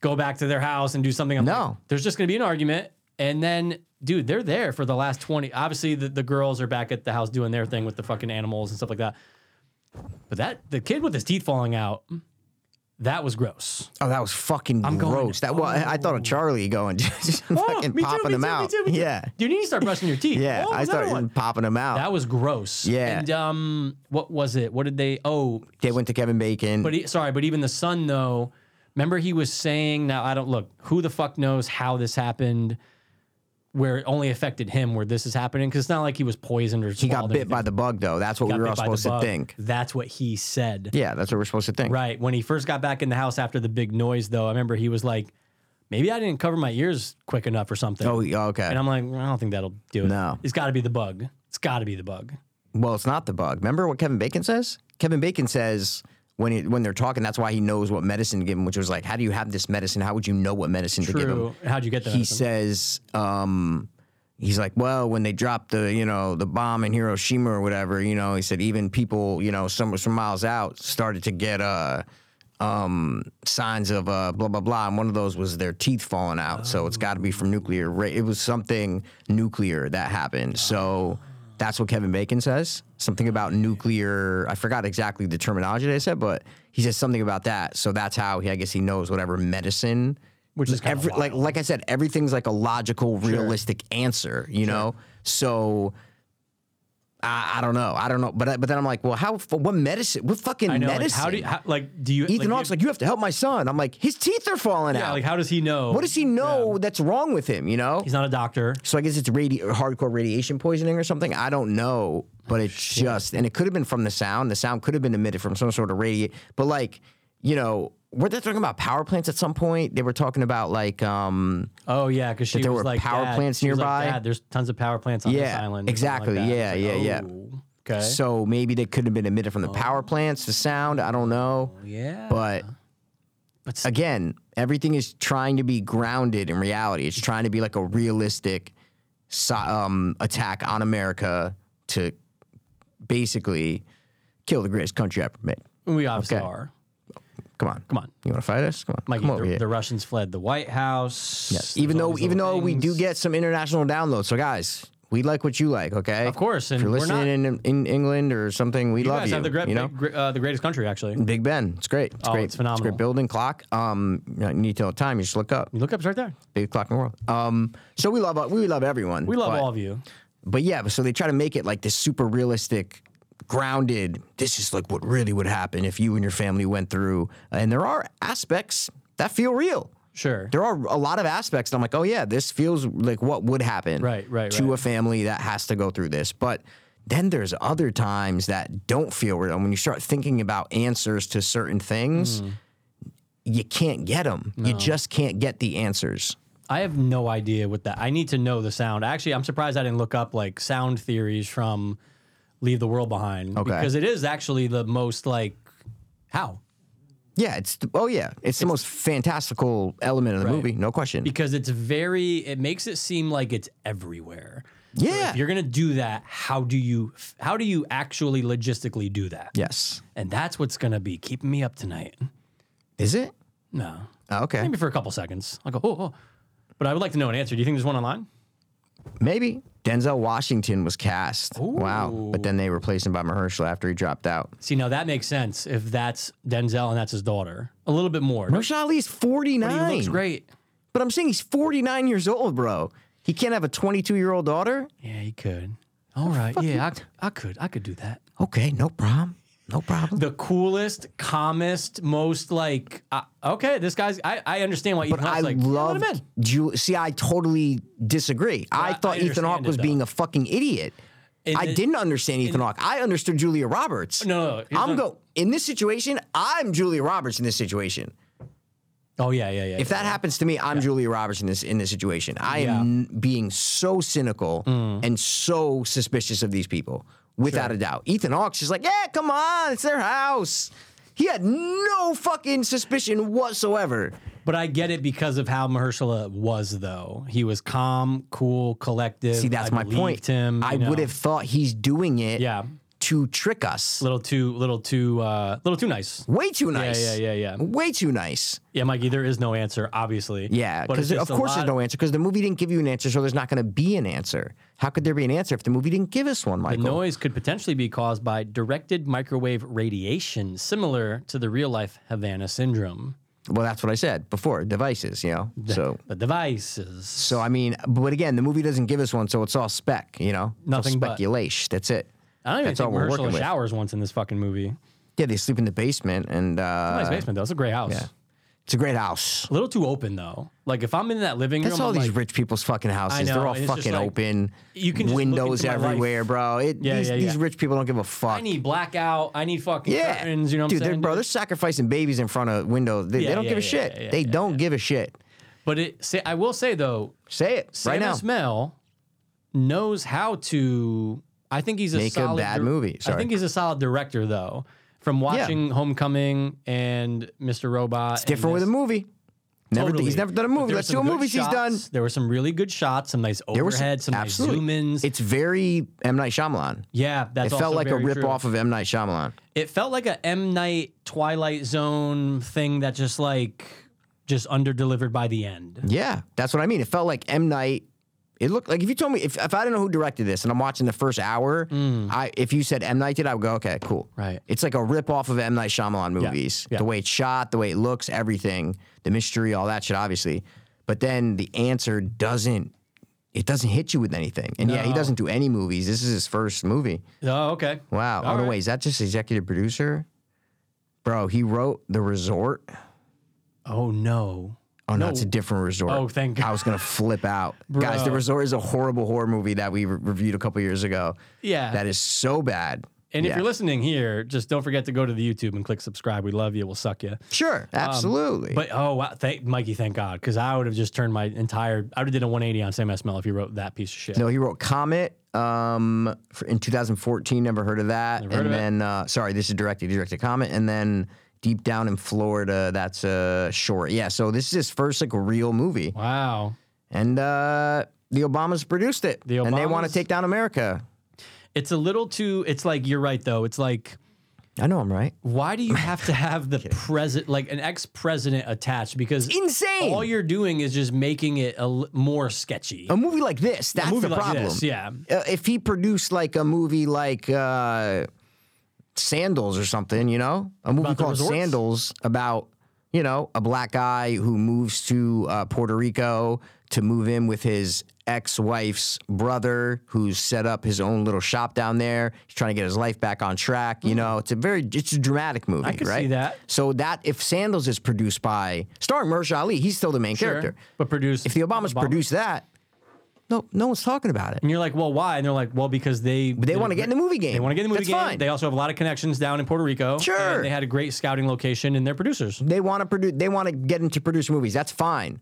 B: go back to their house and do something. I'm
A: No.
B: like, there's just gonna be an argument, and then, dude, they're there for the last 20. Obviously, the, the girls are back at the house doing their thing with the fucking animals and stuff like that. But that the kid with his teeth falling out, that was gross.
A: Oh, that was fucking
B: I'm
A: gross.
B: going, Oh.
A: that well, I I thought of Charlie going (laughs) just fucking
B: me too,
A: popping
B: me
A: him
B: too, me
A: out.
B: too, me too.
A: Yeah.
B: Dude, you need to start brushing your teeth.
A: Yeah.
B: Oh,
A: I
B: another
A: started
B: one.
A: popping him out.
B: That was gross.
A: Uh, Yeah.
B: And um, what was it? What did they? Oh,
A: they went to Kevin Bacon.
B: but he, sorry, but even the son though. Remember he was saying now I don't look. Who the fuck knows how this happened? Where it only affected him, where this is happening, because it's not like he was poisoned or
A: he got bit by the bug, though. That's what we were all supposed to think.
B: That's what he said.
A: Yeah, that's what we're supposed to think.
B: Right. When he first got back in the house after the big noise, though, I remember he was like, "Maybe I didn't cover my ears quick enough or something."
A: Oh, yeah,
B: And
A: okay.
B: I'm like, "I don't think that'll do it.
A: No.
B: It's got to be the bug. It's got to be the bug."
A: Well, it's not the bug. Remember what Kevin Bacon says? Kevin Bacon says when he, when they're talking, that's why he knows what medicine to give him, which was like, how do you have this medicine? How would you know what medicine to give him?
B: True. How'd you get that?
A: he says um, he's like well when they dropped the you know the bomb in hiroshima or whatever you know he said even people you know some some miles out started to get uh um signs of uh blah blah blah and one of those was their teeth falling out so it's got to be from nuclear ra- it was something nuclear that happened so that's what Kevin Bacon says. Something about nuclear. I forgot exactly the terminology they said, but he says something about that. So that's how he, I guess, he knows whatever medicine
B: Which is kinda
A: every, like like I said, everything's like a logical, realistic answer, you know. So I, I don't know. I don't know. But I- but then I'm like, well, how? What medicine? What fucking
B: I know. Like,
A: medicine?
B: how do you, how, like do you?
A: Ethan
B: like,
A: Hawke's like, you have to help my son. I'm like, his teeth are falling
B: yeah,
A: out.
B: like how does he know?
A: what does he know that's wrong with him? You know.
B: He's not a doctor.
A: So I guess it's radi- hardcore radiation poisoning or something. I don't know, but it's just, and it could have been from the sound. The sound could have been emitted from some sort of radiate. But like, you know, were they talking about power plants at some point? They were talking about like, um,
B: Oh yeah, because she
A: there
B: was
A: were
B: like
A: power
B: Dad-
A: plants
B: she was like,
A: nearby?
B: Dad, there's tons of power plants on this
A: Yeah,
B: island. or
A: exactly.
B: something Like that.
A: Yeah,
B: It's
A: yeah,
B: like, yeah. Okay.
A: so maybe they could have been emitted from
B: Oh.
A: the power plants, the sound. I don't know,
B: yeah.
A: but.
B: But s-
A: Again, everything is trying to be grounded in reality. It's trying to be like a realistic so- um, attack on America to basically kill the greatest country ever made.
B: we obviously
A: okay.
B: are.
A: Come on.
B: Come on,
A: You want to fight us? Come on.
B: Mikey.
A: Come over
B: the,
A: here.
B: the Russians fled the White House. There's
A: even
B: all
A: though,
B: these
A: even
B: little
A: though we do
B: things.
A: get some international downloads, so guys, we like what you like, okay?
B: Of course,
A: If
B: and
A: you're
B: we're not-
A: listening in, in England or something, we
B: you
A: love
B: guys
A: you.
B: have the, great,
A: you know,
B: gr- uh, the greatest country actually.
A: Big Ben, it's great. It's
B: Oh,
A: great.
B: it's phenomenal.
A: great building clock. Um, you don't need to know the time. You just look up.
B: You look up it's right there.
A: Big clock in the world. Um, so we love we love everyone.
B: We love
A: but,
B: all of you.
A: But yeah, so they try to make it like this super realistic, grounded. This is like what really would happen if you and your family went through. And there are aspects that feel real.
B: Sure.
A: There are a lot of aspects that I'm like, oh yeah, this feels like what would happen
B: Right, right,
A: to
B: right.
A: a family that has to go through this. But then there's other times that don't feel real. And when you start thinking about answers to certain things,
B: Mm.
A: you can't get them. You just can't get the answers.
B: I have no idea what that. I need to know the sound. Actually, I'm surprised I didn't look up like sound theories from Leave the World Behind.
A: Okay.
B: Because it is actually the most like how
A: Yeah, it's oh yeah, it's the most fantastical element of the movie, no question.
B: because it's very. It makes it seem like it's everywhere. So
A: Yeah.
B: if you're gonna do that, how do you how do you actually logistically do that?
A: yes,
B: And that's what's gonna be keeping me up tonight.
A: is it?
B: No.
A: Oh, okay, maybe.
B: Maybe for a couple seconds. I'll go, oh, oh. But I would like to know an answer. Do you think there's one online?
A: Denzel Washington was cast. Wow, but then they replaced him by Mahershala after he dropped out.
B: See, now that makes sense if that's Denzel and that's his daughter. A little bit more.
A: Mahershala Ali is forty
B: He
A: nine.
B: looks great.
A: But I'm saying he's forty nine years old, bro. He can't have a twenty two year old daughter.
B: Yeah, he could. All right. Yeah, I, I Oh, could. I could do that.
A: Okay, no problem, no problem.
B: The coolest, calmest, most like, uh, okay, this guy's, I, I understand why Ethan
A: I
B: Hawke's like, yeah, let
A: love
B: him in.
A: Ju- See, I totally disagree. I,
B: I-
A: thought
B: I
A: Ethan Hawke
B: understand it,
A: was
B: though.
A: being a fucking idiot.
B: And
A: I
B: it-
A: didn't understand Ethan Hawke. I understood Julia Roberts.
B: No, no, no, here's
A: I'm
B: what-
A: go in this situation. I'm Julia Roberts in this situation.
B: Oh, yeah, yeah, yeah.
A: If that happens to me, I'm Julia Roberts in this in this situation. I am n- being so cynical
B: Mm.
A: and so suspicious of these people, without a doubt. Ethan Hawke's just like, yeah, come on, it's their house. He had no fucking suspicion whatsoever.
B: But I get it because of how Mahershala was, though. He was calm, cool, collective.
A: See, that's
B: I
A: my point.
B: believed Him,
A: I
B: you know.
A: would have thought he's doing it
B: Yeah.
A: to trick us.
B: Little too, little too, uh, little too nice.
A: Way too nice.
B: Yeah, yeah, yeah, yeah.
A: Way too nice.
B: Yeah, Mikey, there is no answer, obviously.
A: Yeah,
B: But it's
A: because of
B: just a
A: course
B: lot-
A: there's no answer because the movie didn't give you an answer, so there's not going to be an answer. How could there be an answer if the movie didn't give us one, Michael?
B: The noise could potentially be caused by directed microwave radiation, similar to the real life Havana syndrome.
A: Well, that's what I said before. Devices, you know. So,
B: The devices.
A: so I mean, but again, the movie doesn't give us one, so it's all spec, you know. It's all
B: Nothing but-
A: speculation. That's it.
B: I don't even
A: That's all
B: think
A: we're working
B: Mahershala
A: with.
B: showers once in this fucking movie.
A: Yeah, they sleep in the basement, and uh,
B: Nice basement though. It's a great house.
A: it's a great house.
B: A little too open though. Like if I'm in that living
A: That's
B: room,
A: all
B: I'm
A: these
B: like,
A: rich people's fucking houses.
B: know,
A: They're all
B: and it's just
A: fucking
B: like,
A: open.
B: you can just look
A: windows
B: into my life.
A: everywhere, bro. It,
B: Yeah,
A: these,
B: yeah,
A: these
B: yeah.
A: rich people don't give a fuck.
B: I need blackout. I need fucking
A: yeah,
B: curtains. You know what
A: dude,
B: I'm
A: they're-
B: saying?
A: bro, they're sacrificing babies in front of windows. They, they
B: Yeah,
A: don't
B: yeah,
A: give a
B: yeah,
A: shit.
B: yeah, yeah,
A: they
B: yeah,
A: don't give a shit.
B: But it. Say, I will say though,
A: Say it
B: Sam
A: right now.
B: Esmail knows how to. I think he's a
A: Make a
B: solid
A: bad movie.
B: I
A: Sorry.
B: think he's a solid director though. From watching Homecoming and Mr. Robot, it's
A: Different with a movie. Never, he's never done a movie. Let's do a movies he's done.
B: There were some really good shots, some nice
A: There was
B: overhead, some, nice
A: absolutely.
B: zoom ins.
A: It's very M Night Shyamalan.
B: Yeah, that's
A: It felt
B: also
A: like a
B: very
A: rip
B: true.
A: off of M Night Shyamalan.
B: It felt like a M Night Twilight Zone thing that just like just under delivered by the end.
A: Yeah, that's what I mean. It felt like M Night. It looked like if you told me if, if I didn't know who directed this and I'm watching the first hour, I if you said M Night did, I would go okay, cool.
B: Mm. Right.
A: It's like a rip off of M Night Shyamalan movies.
B: yeah.
A: The way it's shot, the way it looks, everything, the mystery, all that shit, obviously. But then the answer doesn't it doesn't hit you with anything. And yeah, he
B: No.
A: doesn't do any movies. This is his first movie.
B: Oh, okay.
A: Wow.
B: All
A: oh, no,
B: right.
A: wait, is that just executive producer? Bro, he wrote The Resort.
B: Oh no.
A: Oh no, it's a different resort.
B: Oh, thank
A: I was gonna flip out, guys. The
B: Bro.
A: resort is a horrible horror movie that we re- reviewed a couple years ago.
B: Yeah.
A: that is so bad.
B: And
A: Yeah.
B: if you're listening here, just don't forget to go to the YouTube and click subscribe. We love you. We'll suck you.
A: sure, absolutely.
B: Um, But oh, wow, thank Mikey, thank God, because I would have just turned my entire. I would have did a 180 on Sam Esmail if he wrote that piece of shit.
A: no, he wrote Comet um, for, in 2014. Never heard of that.
B: heard
A: and
B: of it.
A: then, uh, sorry, this is directed. He directed Comet, and then Deep Down in Florida. That's a short. Yeah, so this is his first like real movie,
B: Wow.
A: and uh, the Obamas produced it.
B: The
A: and they want to
B: Obamas-
A: take down America.
B: It's a little too. It's like you're right though. It's like
A: I know I'm right.
B: why do
A: (laughs)
B: you have to have the president like an ex president attached? Because
A: Insane.
B: all you're doing is just making it a l- more sketchy.
A: a movie like this, that's the
B: movie like
A: problem.
B: this, yeah.
A: Uh, if he produced like a movie like uh, Sandals or something, you know, a movie
B: About the
A: called
B: resorts?
A: Sandals about you know a black guy who moves to uh, Puerto Rico to move in with his ex-wife's brother who's set up his own little shop down there he's trying to get his life back on track you know it's a very it's a dramatic movie
B: Hmm. could see
A: right
B: that.
A: so that if sandals is produced by starring Mahershala Ali he's still the main
B: Sure.
A: character
B: But produced
A: if the Obamas produce that, no, no one's talking about it.
B: And you're like, well, why? And they're like, well, because they
A: They want to get in the movie game.
B: They want to get in the movie
A: That's
B: game.
A: Fine.
B: They
A: They,
B: also have a lot of connections down in Puerto Rico.
A: Sure.
B: And they had a great scouting location and they're producers.
A: want to produce. They want to get into produce movies. That's fine.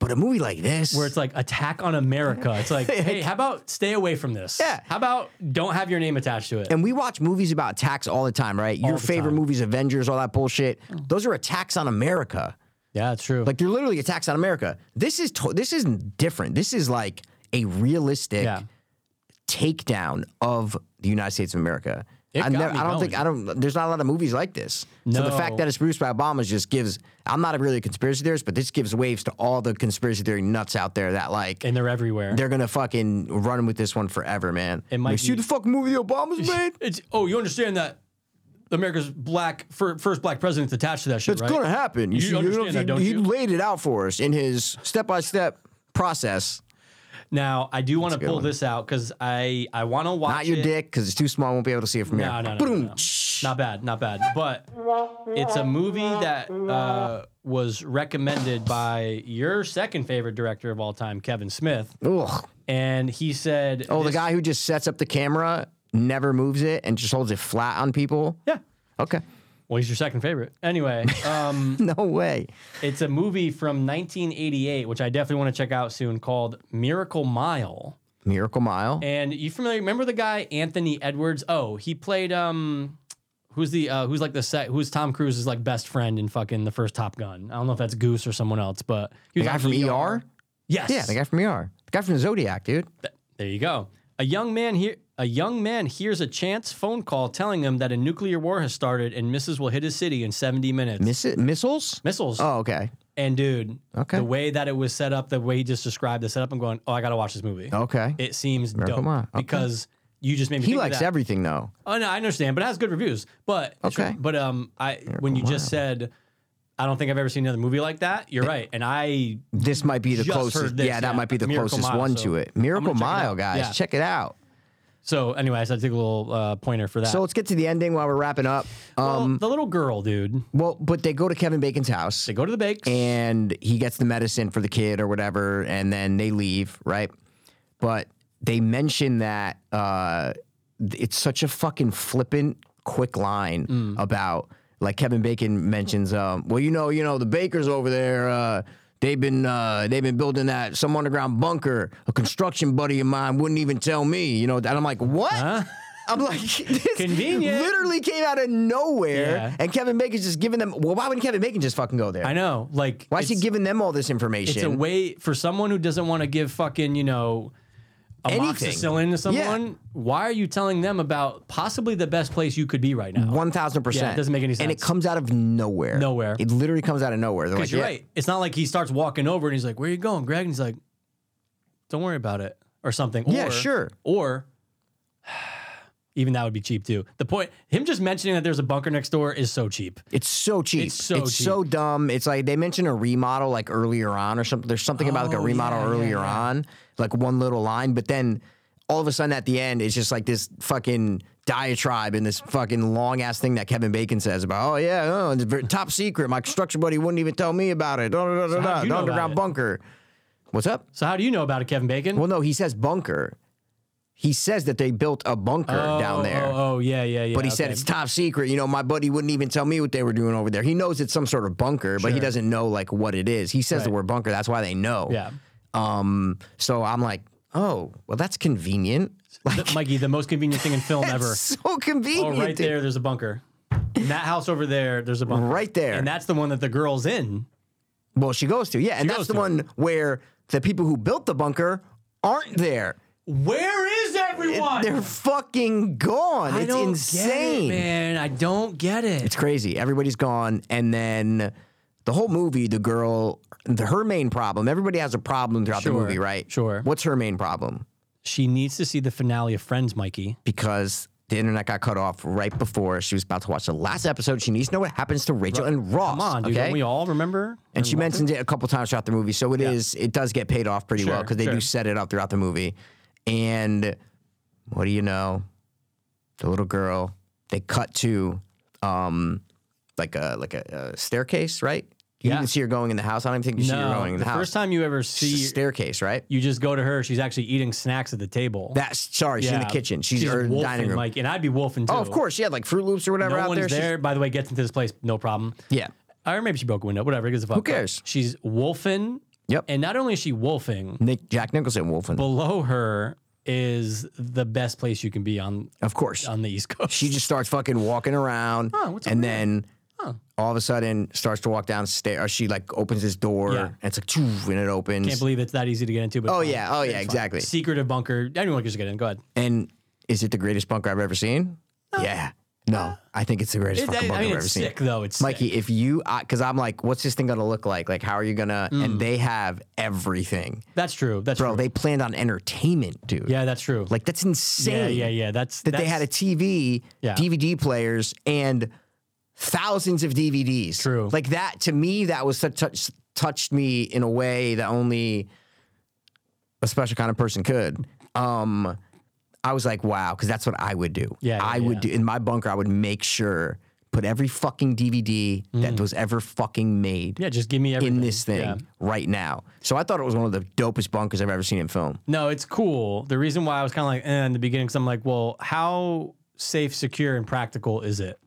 A: But a movie like this,
B: Where it's like attack on America.
A: (laughs)
B: It's like, hey, how about stay away from this?
A: Yeah.
B: How about don't have your name attached to it?
A: and we watch movies about attacks all the time, right? Your
B: the
A: favorite
B: time. Oh.
A: movies, Avengers, all that bullshit. Those are attacks on America.
B: yeah, it's true.
A: Like they're literally attacks on America. This is to- this is different. This is like a realistic
B: Yeah.
A: takedown of the United States of America.
B: It
A: I,
B: got
A: never,
B: me
A: I don't think
B: going.
A: I don't. There's not a lot of movies like this. So the
B: No.
A: fact that it's produced by Obama just gives. I'm not really a conspiracy theorist, but this gives waves to all the conspiracy theory nuts out there that like
B: and they're everywhere.
A: they're gonna fucking run with this one forever, man. It
B: might
A: you see
B: be-
A: the fucking movie the
B: (laughs)
A: Obamas made.
B: it's oh, you understand that America's black fir- first black president's attached to that shit,
A: It's
B: right?
A: gonna happen. You,
B: You
A: see,
B: understand
A: know,
B: that,
A: he-
B: don't
A: he
B: you?
A: laid it out for us in his step by step process.
B: Now I do want to
A: good
B: pull
A: one.
B: this out because I I want to watch
A: Not your
B: it.
A: dick, because it's too small. I won't be able to see it from
B: No,
A: here.
B: no, no, no,
A: Boom.
B: no. Not bad, not bad. But it's a movie that uh, was recommended by your second favorite director of all time, Kevin Smith,
A: Ugh.
B: and he said,
A: Oh, the guy who just sets up the camera, never moves it, and just holds it flat on people.
B: yeah."
A: Okay. (laughs)
B: Well, he's your second favorite. Anyway, um,
A: No way.
B: it's a movie from 1988, which I definitely want to check out soon, called Miracle Mile.
A: Miracle Mile.
B: And you familiar? Remember the guy Anthony Edwards? Oh, he played um, who's the uh, who's like the set? Who's Tom Cruise's like best friend in fucking the first Top Gun? I don't know if that's Goose or someone else, but
A: the
B: he was
A: guy
B: on E
A: from ER.
B: Yes.
A: Yeah, the guy from ER. The guy from Zodiac, dude.
B: There you go. A young man here. A young man hears a chance phone call telling him that a nuclear war has started and missiles will hit his city in 70 minutes.
A: Miss- missiles.
B: missiles.
A: Oh, okay.
B: And dude,
A: Okay.
B: the way that it was set up, the way he just described the setup, I'm going, oh, I gotta watch this movie.
A: Okay.
B: It seems dope
A: Mile. Okay.
B: because you just made me.
A: he
B: think of
A: likes
B: that.
A: everything though.
B: Oh no, I understand, but it has good reviews. But
A: Okay.
B: but um, I when you just said, I don't think I've ever seen another movie like that. You're right, and I
A: This might be the
B: Just heard
A: closest.
B: this,
A: yeah, that
B: yeah.
A: might be the
B: Miracle
A: closest
B: Mile,
A: one
B: so
A: to it.
B: I'm gonna
A: Miracle
B: check it out.
A: Mile, guys.
B: Yeah.
A: Check it out.
B: so anyway, I said take a little uh, pointer for that.
A: So let's get to the ending while we're wrapping up.
B: Well,
A: Um,
B: the little girl, dude,
A: well, but they go to Kevin Bacon's house
B: they go to the bakes.
A: and he gets the medicine for the kid or whatever, and then they leave, right? But they mention that uh, th- it's such a fucking flippant, quick line
B: Mm.
A: about like Kevin Bacon mentions. Um, well, you know, you know, the bakers over there. Uh, They've been uh, they've been building that some underground bunker. A construction buddy of mine wouldn't even tell me, you know. And I'm like, what? (laughs) I'm like, this
B: Convenient.
A: literally came out of nowhere.
B: Yeah.
A: And Kevin Bacon's just giving them. Well, why wouldn't Kevin Bacon just fucking go there?
B: I know, like
A: Why is he
B: it's-
A: giving them all this information?
B: It's a way for someone who doesn't want to give fucking, you know,
A: Anything.
B: amoxicillin to someone.
A: Yeah.
B: Why are you telling them about possibly the best place you could be right now?
A: One thousand percent.
B: Yeah, it doesn't make any
A: And it
B: sense.
A: comes out of nowhere.
B: Nowhere.
A: It literally comes out of nowhere. They're like,
B: Because you're
A: yeah.
B: right. It's not like he starts walking over and he's like, "Where you going, Greg?" And he's like, "Don't worry about it," or (sighs) something.
A: Yeah,
B: or,
A: sure.
B: Or even that would be cheap too. The point, him just mentioning that there's a bunker next door is so cheap.
A: It's so cheap.
B: It's so cheap.
A: dumb. It's like they mentioned a remodel like earlier on or something. There's something about like a
B: Oh,
A: remodel
B: yeah, yeah,
A: earlier
B: yeah.
A: on, like one little line, but then all of a sudden at the end, it's just like this fucking diatribe and this fucking long ass thing that Kevin Bacon says about, oh yeah, oh, it's very- top secret. My construction buddy wouldn't even tell me about it. Da, da, da, da,
B: how'd
A: da,
B: you
A: the
B: know about
A: underground
B: it?
A: bunker. What's up?
B: So how do you know about it, Kevin Bacon?
A: Well, no, he says bunker. He says that they built a bunker
B: oh,
A: down there.
B: Oh, oh, yeah, yeah, yeah.
A: But he said
B: okay.
A: it's top secret. You know, my buddy wouldn't even tell me what they were doing over there. He knows it's some sort of bunker, but he
B: Sure.
A: doesn't know like what it is. He says the
B: Right.
A: word bunker. That's why they know.
B: Yeah.
A: Um. So I'm like, oh, well, that's
B: (laughs)
A: convenient. Like
B: The- Mikey, the most convenient thing in film
A: (laughs)
B: ever.
A: so
B: Oh,
A: convenient.
B: right
A: dude.
B: there, there's a bunker. In that house over there, there's a bunker.
A: Right there.
B: And that's the one that the girl's in.
A: Well, she goes to yeah, and that's
B: goes
A: the
B: to.
A: one where the people who built the bunker aren't there.
B: Where is everyone?
A: They're fucking gone.
B: I
A: it's
B: don't get it,
A: insane.
B: man. I don't get it.
A: It's crazy. Everybody's gone, and then the whole movie, the girl, the, her main problem. Everybody has a problem throughout the
B: Sure,
A: movie, right?
B: sure.
A: What's her main problem?
B: she needs to see the finale of Friends, Mikey.
A: Because the internet got cut off right before she was about to watch the last episode. She needs to know what happens to Rachel and Ross.
B: Come on, dude.
A: okay?
B: Don't we all remember?
A: and she mentions it a couple times throughout the movie, so it is. It does get paid off pretty well
B: Sure,
A: because they do
B: sure.
A: set it up throughout the movie. And what do you know? The little girl. They cut to, um, like a like a, a staircase, right? You
B: Yeah.
A: didn't see her going in the house. I don't even think you see her
B: no,
A: going in
B: the,
A: the, house.
B: first time you ever
A: It's a
B: see,
A: staircase, right?
B: you just go to her. She's actually eating snacks at the table.
A: That's sorry. She's in the
B: Yeah.
A: kitchen. She's, or in the
B: wolfing,
A: dining room.
B: Mike, and I'd be wolfing too.
A: oh, of course. She had like Fruit Loops or whatever
B: No
A: out
B: one's
A: there.
B: there.
A: She's-
B: By the way, gets into this place, no problem.
A: Yeah.
B: Or maybe she broke a window. Whatever. Who gives a fuck? Who
A: cares?
B: She's wolfing.
A: Yep.
B: And not only is she wolfing,
A: Nick Jack Nicholson Wolfen.
B: below her is the best place you can be on
A: of course.
B: on the East Coast.
A: She just starts fucking walking around,
B: Huh, what's up
A: and
B: with that?
A: then all of a sudden starts to walk downstairs. Or she like opens this door,
B: Yeah.
A: and it's like, "Choo," and it opens.
B: Can't believe it's that easy to get into. But
A: oh
B: fine.
A: yeah, oh yeah,
B: It's fine.
A: exactly.
B: Secretive bunker. Anyone can just get in. Go ahead.
A: And is it the greatest bunker I've ever seen? Yeah, no, I think it's the greatest
B: It-
A: fucking bunker
B: I mean,
A: have ever
B: it's
A: seen.
B: sick though. It's sick.
A: Mikey, if you, because I'm like, what's this thing gonna look like? Like, how are you gonna?
B: Mm.
A: And they have everything,
B: That's true. That's
A: bro.
B: true.
A: They planned on entertainment, dude.
B: yeah, that's true.
A: like that's insane.
B: yeah, yeah, yeah. That's
A: that they had a TV,
B: Yeah.
A: DVD players, and thousands of DVDs.
B: True.
A: Like that to me, that was such touch, touched me in a way that only a special kind of person could. Um, I was like, wow, because that's what I would do.
B: Yeah, yeah,
A: I would do
B: yeah.
A: in my bunker. I would make sure put every fucking DVD that was ever fucking made
B: Mm. Yeah, just give me everything.
A: in this thing
B: Yeah.
A: right now. So I thought it was one of the dopest bunkers I've ever seen in film.
B: No, it's cool. The reason why I was kind of like eh, in the beginning, because I'm like, well, how safe, secure, and practical is it?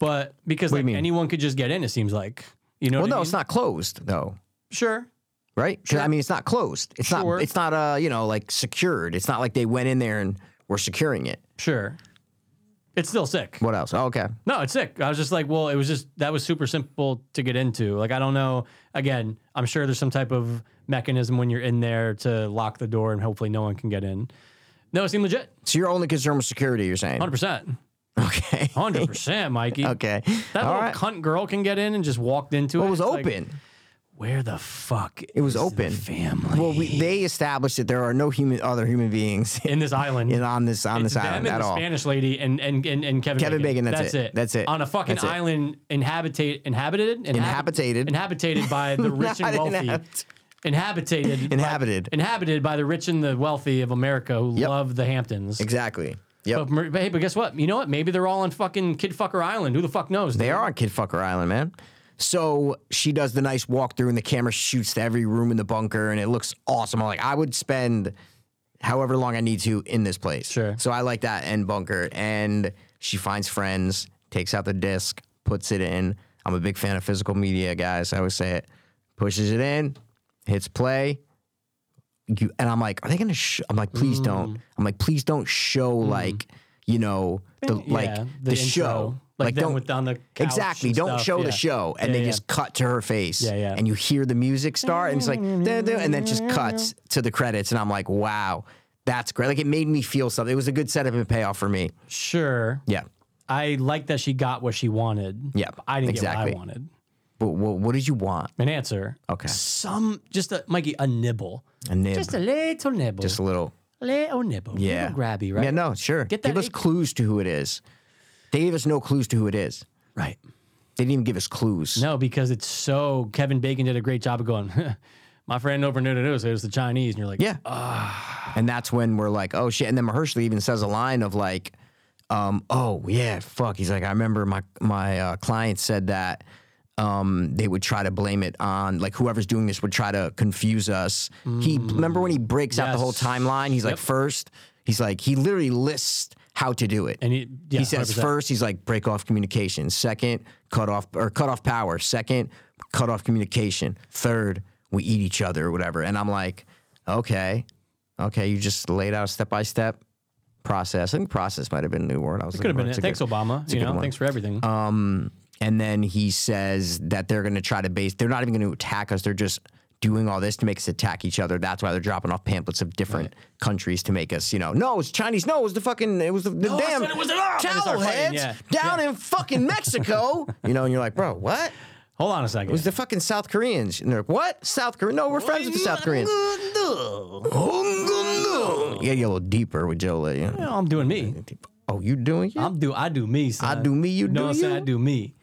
B: But because like
A: mean?
B: anyone could just get in, it seems like you know.
A: Well,
B: what
A: no,
B: I mean?
A: it's not closed though.
B: Sure.
A: right? 'Cause, I mean, it's not closed. It's
B: Sure.
A: not. It's not. Uh, you know, like secured. It's not like they went in there and were securing it.
B: Sure. It's still sick.
A: What else? Oh, okay.
B: No, it's sick. I was just like, well, it was just that was super simple to get into. Like, I don't know. Again, I'm sure there's some type of mechanism when you're in there to lock the door and hopefully no one can get in. No, it seemed legit.
A: So your only concern was security. You're saying?
B: 100%.
A: Okay. (laughs)
B: 100%, Mikey.
A: okay.
B: That
A: All
B: little
A: right.
B: cunt girl can get in and just walked into it.
A: It was
B: It's like,
A: open.
B: where the fuck?
A: it was
B: is the
A: open.
B: family.
A: Well, we, they established that there are no human other human beings (laughs)
B: in this island.
A: in on this on
B: It's
A: this
B: them
A: island
B: and
A: at
B: the
A: all.
B: Spanish lady and and and, and Kevin.
A: Kevin Bacon, that's it.
B: it.
A: That's it.
B: On a fucking
A: That's it.
B: island inhabitate inhabited Inhabi-
A: Inhabitated.
B: inhabitated
A: (laughs)
B: by the rich and
A: Not
B: wealthy.
A: inhabit- (laughs)
B: Inhabitated. by-
A: Inhabited.
B: inhabited by the rich and the wealthy of America who
A: Yep.
B: love the Hamptons.
A: Exactly. Yep.
B: But, mer- but hey, but guess what? You know what? Maybe they're all on fucking Kidfucker Island. Who the fuck knows?
A: They are on Kidfucker Island, man. So she does the nice walkthrough, and the camera shoots to every room in the bunker, and it looks awesome. I'm like, I would spend however long I need to in this place.
B: Sure.
A: So I like that end bunker. And she finds friends, takes out the disc, puts it in. I'm a big fan of physical media, guys. I always say it. Pushes it in, hits play. You, and I'm like, are they gonna? Sh-? I'm like, please
B: Mm.
A: don't. I'm like, please don't show like, you know, the
B: Yeah,
A: like the,
B: intro.
A: show.
B: Like, them
A: don't
B: with on the couch
A: Exactly.
B: and
A: Don't
B: stuff.
A: show
B: Yeah.
A: the show, and
B: Yeah,
A: they
B: yeah.
A: just cut to her face.
B: Yeah, yeah.
A: And you hear the music start, and it's like, "Duh, duh," and then it just cuts to the credits, and I'm like, wow, that's great. Like it made me feel something. It was a good setup and payoff for me.
B: Sure.
A: Yeah.
B: I like that she got what she wanted.
A: Yeah,
B: but I didn't
A: exactly.
B: get what I wanted.
A: But what, what did you want?
B: An answer.
A: Okay.
B: Some just a Mikey a nibble.
A: A nib,
B: Just
A: just a,
B: a little nibble.
A: little.
B: Leo Nibble.
A: Yeah.
B: Little grabby, right?
A: Yeah, no, sure.
B: Get
A: give
B: that
A: us
B: ick.
A: clues to who it is. They gave us no clues to who it is.
B: Right.
A: They didn't even give us clues.
B: No, because it's so. Kevin Bacon did a great job of going, (laughs) my friend over near the news, it was the Chinese. And you're like,
A: Yeah. "Ah." and that's when we're like, oh shit. And then Mahershala even says a line of like, um, oh yeah, fuck. He's like, I remember my my uh, client said that um, they would try to blame it on like whoever's doing this would try to confuse us. He remember when he breaks out the whole
B: Yes.
A: timeline. He's like, first, he's like, he literally lists how to do it.
B: And he, yeah,
A: he says
B: 100%.
A: first, he's like break off communication. Second, cut off or cut off power. Second, cut off communication. Third, we eat each other or whatever. And I'm like, okay, okay, you just laid out step by step process. I think process might have been a new word. I was
B: Could have been it.
A: Thanks,
B: Thanks, Obama. You
A: good
B: know,
A: one. Uh,
B: thanks for everything.
A: and then he says that they're going to try to base. They're not even going to attack us. They're just doing all this to make us attack each other. That's why they're dropping off pamphlets of different countries to make us, you know, no, it's Chinese. No, it was the fucking, it was the, the
B: No, I
A: damn
B: said it was an op!" And they start
A: towel heads
B: fighting, yeah.
A: down in fucking
B: (laughs)
A: Mexico. you know, and you're like, bro, what?
B: Hold on
A: It
B: a
A: was
B: second.
A: the fucking South Koreans. And they're like, what? South Korea? No, we're friends with the South Koreans. You gotta get a little deeper with Joe. Lee, you know.
B: No, I'm doing me.
A: Oh, you doing it?
B: I'm do I do me. Son.
A: do me, you
B: know
A: do
B: what I'm saying?
A: you.
B: I do me.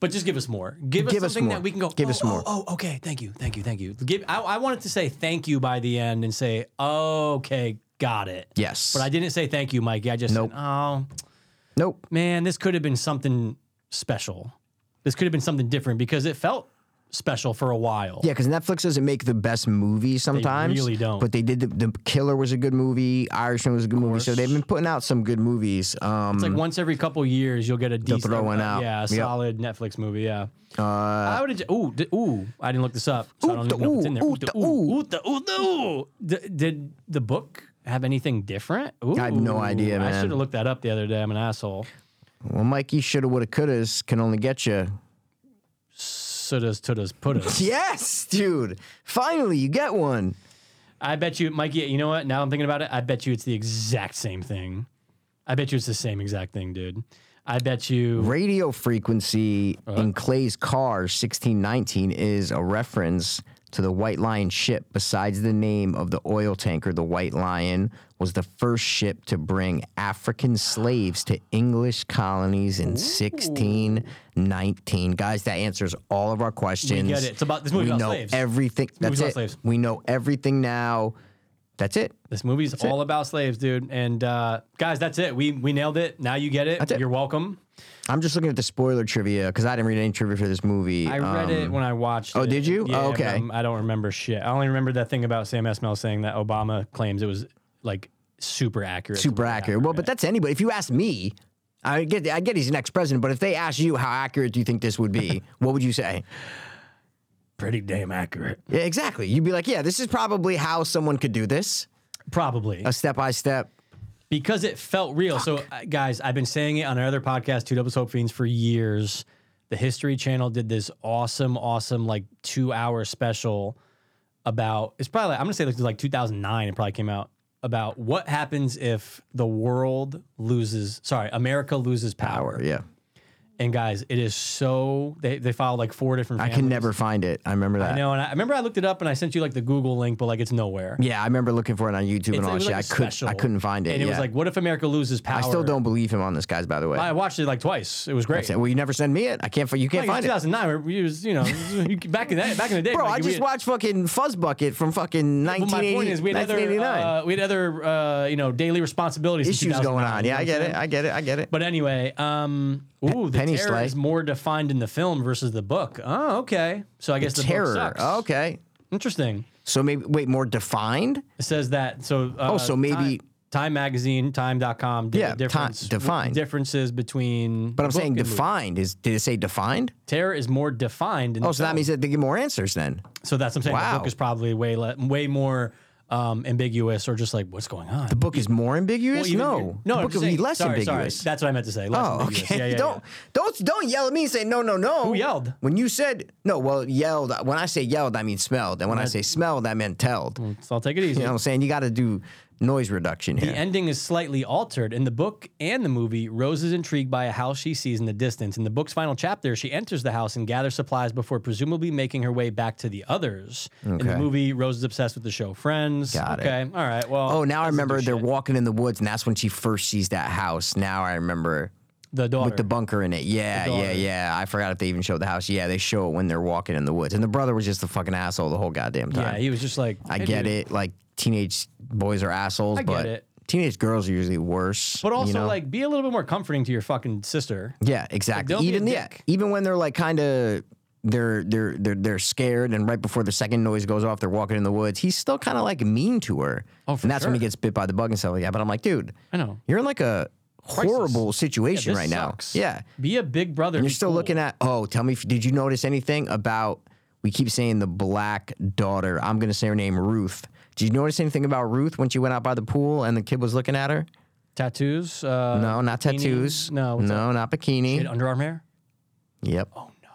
B: But just give us more. Give,
A: Give us
B: us something
A: more.
B: that we can go.
A: Give
B: oh,
A: us
B: oh,
A: more.
B: Oh, okay. Thank you. Thank you. Thank you. Give. I, I wanted to say thank you by the end and say "Oh, okay, got it.
A: Yes.
B: But I didn't say thank you, Mikey. I just
A: Nope.
B: said, oh
A: Nope.
B: man, this could have been something special. This could have been something different because it felt special for a while.
A: Yeah, because Netflix doesn't make the best movie sometimes.
B: really don't.
A: But they did. The, the Killer was a good movie. Irishman was a good movie. So they've been putting out some good movies. Um,
B: It's like once every couple years you'll get a decent,
A: throw one
B: uh,
A: out.
B: yeah, a
A: Yep.
B: solid Netflix movie. Yeah, uh, I would. Ooh, d- ooh, I didn't look this up. So I don't
A: Ooh,
B: even know if it's in
A: the
B: there.
A: ooh,
B: Ooh, the
A: the
B: ooh, ooh, the ooh, the ooh. D- did the book have anything different? Ooh,
A: have no idea,
B: I
A: man.
B: should have looked that up the other day. I'm an asshole.
A: well, Mikey shoulda, woulda, couldas can only get you.
B: Sodas, todas,
A: (laughs)
B: putas.
A: Yes, dude. Finally, you get one.
B: I bet you, Mikey. You know what? Now I'm thinking about it. I bet you it's the exact same thing. I bet you it's the same exact thing, dude. I bet you.
A: Radio frequency
B: Uh-huh.
A: in Clay's car, sixteen nineteen, is a reference to the White Lion ship. Besides the name of the oil tanker, the White Lion was the first ship to bring African slaves to English colonies in sixteen nineteen. Guys, that answers all of our questions.
B: get it. It's about- this movie's
A: we
B: about
A: know
B: slaves.
A: everything. That's
B: movie's about
A: it.
B: slaves.
A: We know everything now. That's it.
B: This movie's all about slaves, dude. And uh, guys, that's it. We we nailed it. Now you get it.
A: it.
B: You're welcome.
A: I'm just looking at the spoiler trivia because I didn't read any trivia for this movie. Um,
B: I read it when I watched.
A: oh,
B: it.
A: did you?
B: Yeah,
A: Oh,
B: but
A: okay.
B: I'm- I don't remember shit. I only remember that thing about Sam Esmail saying that Obama claims it was like super accurate. to
A: super
B: what
A: accurate. Well, but that's anybody. If you ask me, I get I get he's an ex president, but if they ask you how accurate do you think this would
B: (laughs)
A: be, what would you say?
B: pretty damn accurate.
A: Yeah, exactly. You'd be like, yeah, this is probably how someone could do this,
B: Probably.
A: a step by step.
B: because it felt real. So, uh, guys, I've been saying it on our other podcast, Two Doubles Hope Fiends, for years. The History Channel did this awesome, awesome, like two hour special about it's probably, I'm gonna say this was like 2009, it probably came out about what happens if the world loses, sorry, America loses power.
A: Yeah,
B: And, guys, it is so, they, they filed like four different
A: I
B: families.
A: can never find it. I remember that.
B: You know, and I I remember I looked it up and I sent you like the Google link, but like it's nowhere.
A: Yeah, I remember looking for it on YouTube and
B: It's-
A: all that
B: it was
A: shit.
B: like
A: I
B: a
A: could
B: special.
A: I couldn't find it.
B: And it
A: yeah.
B: was like, what if America loses power?
A: I still don't believe him on this, guys. By the way,
B: I watched it like twice. It was great.
A: well, you never send me it. I can't. fi- You can't
B: Like
A: find
B: in
A: it.
B: 2009, we was you know (laughs) you- back in that back in the day.
A: Bro,
B: like,
A: I
B: we
A: just
B: had-
A: watched fucking Fuzzbucket from fucking
B: But my
A: 1980,
B: point is, we had other
A: 1989.
B: uh, we had other uh, you know daily responsibilities. in
A: Issues going
B: 2009,
A: on.
B: you
A: Yeah,
B: know
A: I
B: what
A: get
B: I'm
A: it. I get it. I get it.
B: But anyway, um, ooh, the
A: Penny
B: terror
A: Slay.
B: is more defined in the film versus the book. Oh, okay. So I guess the,
A: terror. Oh,
B: book sucks.
A: okay.
B: interesting.
A: So maybe wait, more defined?
B: It says that. So uh,
A: Oh, so maybe-
B: Time, Time Magazine, Time.com. Did
A: Yeah,
B: a
A: Ti-
B: difference
A: defined.
B: differences between.
A: But I'm saying
B: defined.
A: defined is did it say defined?
B: terror is more defined. In
A: Oh,
B: the
A: so
B: film.
A: that means that they get more answers then.
B: So that's what I'm saying. The
A: Wow.
B: book is probably way le- way more um, ambiguous, or just like what's going on. The
A: Book is more ambiguous? no. The
B: no, I'm
A: book
B: just
A: would be
B: saying-
A: less
B: sorry,
A: ambiguous.
B: Sorry. That's what I meant to say. Less
A: Oh,
B: ambiguous.
A: okay.
B: Yeah, yeah,
A: don't don't don't yell at me and say no, no, no. Who
B: yelled?
A: When you said no, well, yelled. When I say yelled, I mean smelled, and when I say smelled, I meant telled.
B: yeah. So I'll take it easy.
A: You know what I'm saying? You got to do noise reduction here.
B: Mm. The ending is slightly altered. In the book and the movie, Rose is intrigued by a house she sees in the distance. In the book's final chapter, she enters the house and gathers supplies before presumably making her way back to the others. In
A: Okay.
B: the movie, Rose is obsessed with the show Friends.
A: Got it.
B: okay. All right. Well,
A: oh, now I
B: that's
A: remember
B: the
A: they're
B: shit.
A: walking in the woods, and that's when she first sees that house. Now I remember
B: the daughter.
A: with the bunker in it. Yeah,
B: The
A: yeah,
B: daughter.
A: yeah. I forgot if they even showed the house. Yeah, they show it when they're walking in the woods. And the brother was just a fucking asshole the whole goddamn time.
B: yeah, he was just like,
A: I
B: "Hey,
A: get
B: dude."
A: it. Like teenage boys are assholes,
B: I get
A: but
B: it.
A: teenage girls are usually worse.
B: But
A: you
B: also,
A: know?
B: like, be a little bit more comforting to your fucking sister.
A: yeah, exactly.
B: don't be a
A: even yeah,
B: dick.
A: even when they're like kind of they're they're they're they're scared, and right before the second noise goes off, they're walking in the woods. He's still kind of like mean to her.
B: Oh, for
A: and that's when he
B: sure.
A: gets bit by the bug and stuff like that. But I'm like, dude,
B: I know.
A: you're in like a horrible situation
B: this
A: right
B: sucks.
A: now. Yeah.
B: Be a big brother.
A: You're still looking at. Oh, tell me, if, did you notice anything about? We keep saying the black daughter. I'm gonna say her name, Ruth. Did you notice anything about Ruth when she went out by the pool and the kid was looking at her?
B: tattoos. Uh,
A: No, not
B: bikini?
A: tattoos.
B: No, what's
A: no, not
B: It,
A: bikini.
B: underarm hair.
A: Yep. Oh no.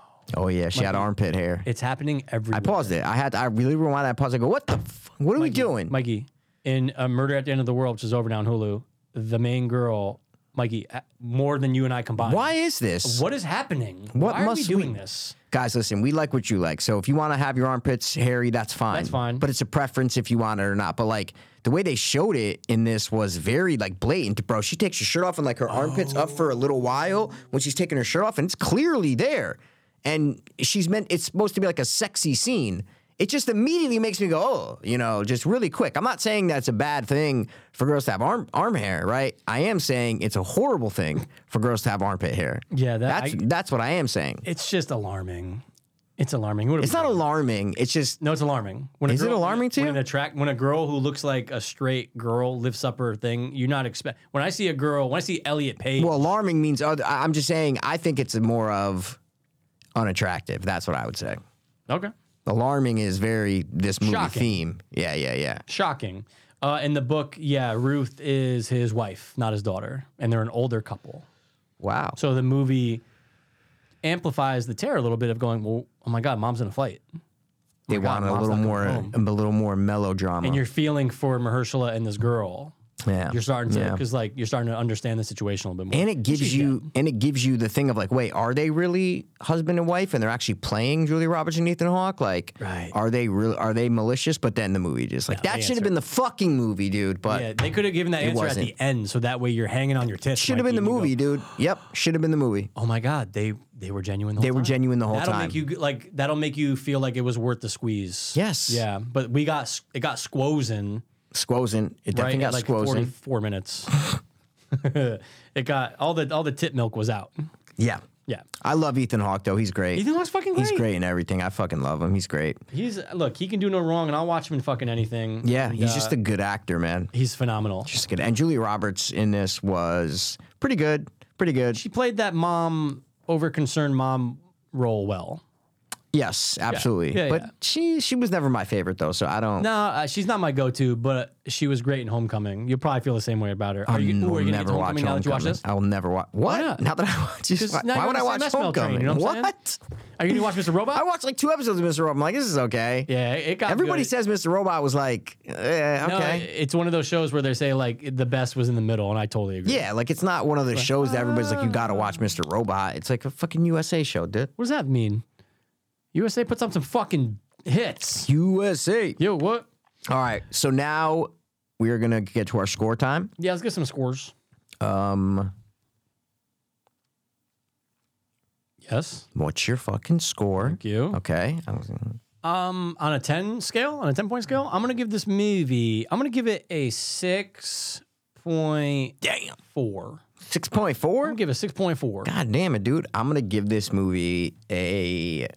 A: Oh yeah, she had armpit hair.
B: It's happening everywhere.
A: I paused it. I had. To, I really rewound. I paused. I go, what the? F- what are we doing?
B: Mikey, in a Murder at the End of the World, which is over now on Hulu, the main girl, Mikey, uh, more than you and I combined.
A: Why is this?
B: What is happening?
A: What
B: Why
A: must
B: are we doing
A: we-
B: this?
A: Guys, listen, we like what you like. So if you want to have your armpits hairy, that's fine.
B: That's fine.
A: But it's a preference if you want it or not. But like the way they showed it in this was very like blatant, bro. She takes her shirt off and like her armpits up for a little while when she's taking her shirt off, and it's clearly there. And she's meant it's supposed to be like a sexy scene. It just immediately makes me go, oh, you know, just really quick. I'm not saying that's a bad thing for girls to have arm arm hair, right? I am saying it's a horrible thing for girls to have armpit hair.
B: Yeah, that-
A: that's
B: I-
A: that's what I am saying.
B: It's just alarming. It's alarming. What
A: It's not alarming. It's just
B: No, it's alarming. When a
A: Is it
B: girl-
A: alarming to
B: when
A: you?
B: An attract, when a girl who looks like a straight girl lifts up her thing, you're not expect. When I see a girl, when I see Elliot Page,
A: well, alarming means other. I- I'm just saying. I think it's more of unattractive. That's what I would say.
B: okay,
A: Alarming is very this movie
B: Shocking.
A: theme. Yeah, yeah, yeah.
B: shocking. Uh, in the book, yeah, Ruth is his wife, not his daughter, and they're an older couple.
A: Wow.
B: So the movie amplifies the terror a little bit of going, well, oh my god, mom's in a fight,
A: they
B: God,
A: want a
B: Mom's
A: little
B: not
A: more,
B: going
A: a little more melodrama.
B: and you're feeling for Mahershala and this girl.
A: yeah,
B: You're starting to
A: Yeah.
B: because like you're starting to understand the situation a little bit more.
A: and it gives you, and it gives you the thing of like, wait, are they really husband and wife, and they're actually playing Julia Roberts and Ethan Hawke? Like,
B: Right.
A: are they really? Are they malicious? But then the movie just like that
B: they
A: should have
B: answer.
A: been the fucking movie, dude. But
B: yeah, they could have given that answer at the
A: wasn't.
B: end, so that way you're hanging on your tits.
A: should have been the
B: Mikey, and you go,
A: movie, dude. Yep, should have been the movie.
B: oh my god, they they were genuine. The
A: They
B: whole
A: were
B: time.
A: genuine the whole
B: that'll
A: time.
B: make you g- like that'll make you feel like it was worth the squeeze.
A: Yes.
B: Yeah, but we got s- it got squozen
A: Squozin. It
B: right
A: definitely
B: at
A: got
B: like
A: squozin.
B: forty four minutes. (laughs) it got all the all the tit milk was out.
A: Yeah.
B: Yeah,
A: I love Ethan Hawke though. He's great.
B: Ethan Hawke's fucking
A: He's great in everything. I fucking love him. He's great.
B: He's look, he can do no wrong, and I'll watch him in fucking anything.
A: Yeah,
B: And,
A: he's
B: uh,
A: just a good actor, man.
B: he's phenomenal.
A: Just good. And Julia Roberts in this was pretty good. Pretty good.
B: She played that mom over concerned mom role well.
A: Yes, absolutely.
B: Yeah,
A: but
B: yeah.
A: she she was never my favorite though, so I don't.
B: No, uh, she's not my go-to, but she was great in Homecoming. You'll probably feel the same way about her. Are you, ooh, are
A: will
B: you gonna get
A: never
B: to
A: watch
B: Homecoming now that you watch
A: Homecoming.
B: this?
A: I will never watch. What?
B: not?
A: Now that I watch, just,
B: 'Cause
A: why,
B: now
A: why
B: you're
A: would I
B: on
A: watch
B: the same SNL train,
A: Homecoming?
B: you know what I'm saying?
A: what?
B: Are you gonna watch Mr. Robot?
A: I watched like two episodes of Mr. Robot. I'm like, this is okay.
B: (laughs) yeah, it got
A: Everybody
B: good.
A: says Mr. Robot was like, eh, okay.
B: No, it- it's one of those shows where they say like the best was in the middle, and I totally agree.
A: Yeah, like it's not one of the shows that everybody's like, you gotta watch Mr. Robot. It's like a fucking USA show, dude.
B: What does that mean? USA puts up some fucking hits.
A: USA.
B: Yo, what?
A: All right, so now we are gonna get to our score time.
B: Yeah, let's get some scores.
A: Um,
B: Yes.
A: what's your fucking score?
B: Thank you.
A: Okay, I was-
B: Um, on a ten scale, on a ten point scale, I'm gonna give this movie. I'm gonna give it a six point damn four.
A: six point
B: I'm
A: four.
B: gonna give it six point four.
A: God damn it, dude! I'm gonna give this movie a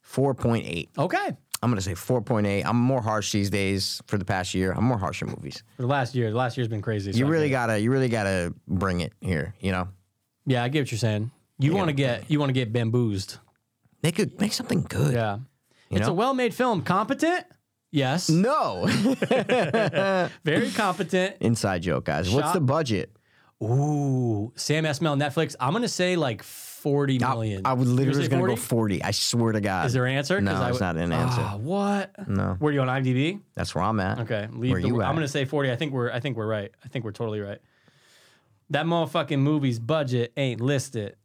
A: four point eight.
B: Okay,
A: I'm gonna say four point eight. I'm more harsh these days. For the past year, I'm more harsh in movies.
B: for the last year, the last year's been crazy. so
A: You
B: I
A: really
B: get it.
A: gotta, you really gotta bring it here. You know,
B: yeah, I get what you're saying. You want to get, you want to get bamboozled.
A: make a, make something good.
B: Yeah, it's
A: know? Mm.
B: a well-made film. Competent, yes,
A: No. (laughs)
B: very competent.
A: Inside joke, guys. What's
B: Shop-
A: the budget?
B: Ooh, Sam Esmail Netflix. I'm gonna say like forty
A: I,
B: million.
A: I was
B: Oh, You
A: literally
B: say
A: was gonna
B: 40?
A: go 40. I swear to God.
B: Is there an answer?
A: No,
B: 'Cause I
A: it's
B: would-
A: not an answer.
B: Ah, what?
A: No.
B: Where are you on IMDb?
A: That's where I'm at.
B: Okay, leave
A: Where
B: the,
A: you
B: I'm
A: at?
B: gonna say forty. I think we're I think we're right. I think we're totally right. That motherfucking movie's budget ain't listed.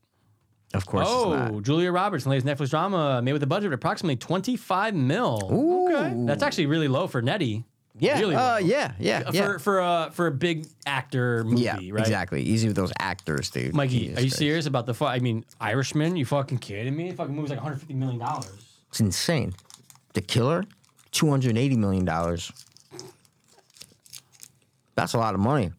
A: Of course it's not.
B: Oh, Julia Roberts, latest Netflix drama, made with a budget of approximately 25 mil.
A: Ooh.
B: That's actually really low for Nettie.
A: Yeah.
B: really
A: uh,
B: low.
A: yeah. Yeah. Yeah.
B: For for a for a big actor movie,
A: yeah.
B: right?
A: Exactly. Easy with those actors, dude.
B: Mikey,
A: Jesus
B: are you
A: Christ.
B: serious about the fu- I mean, Irishman? You fucking kidding me? The fucking movie's like 150 million dollars.
A: It's insane. The Killer, two hundred eighty million dollars. That's a lot of money.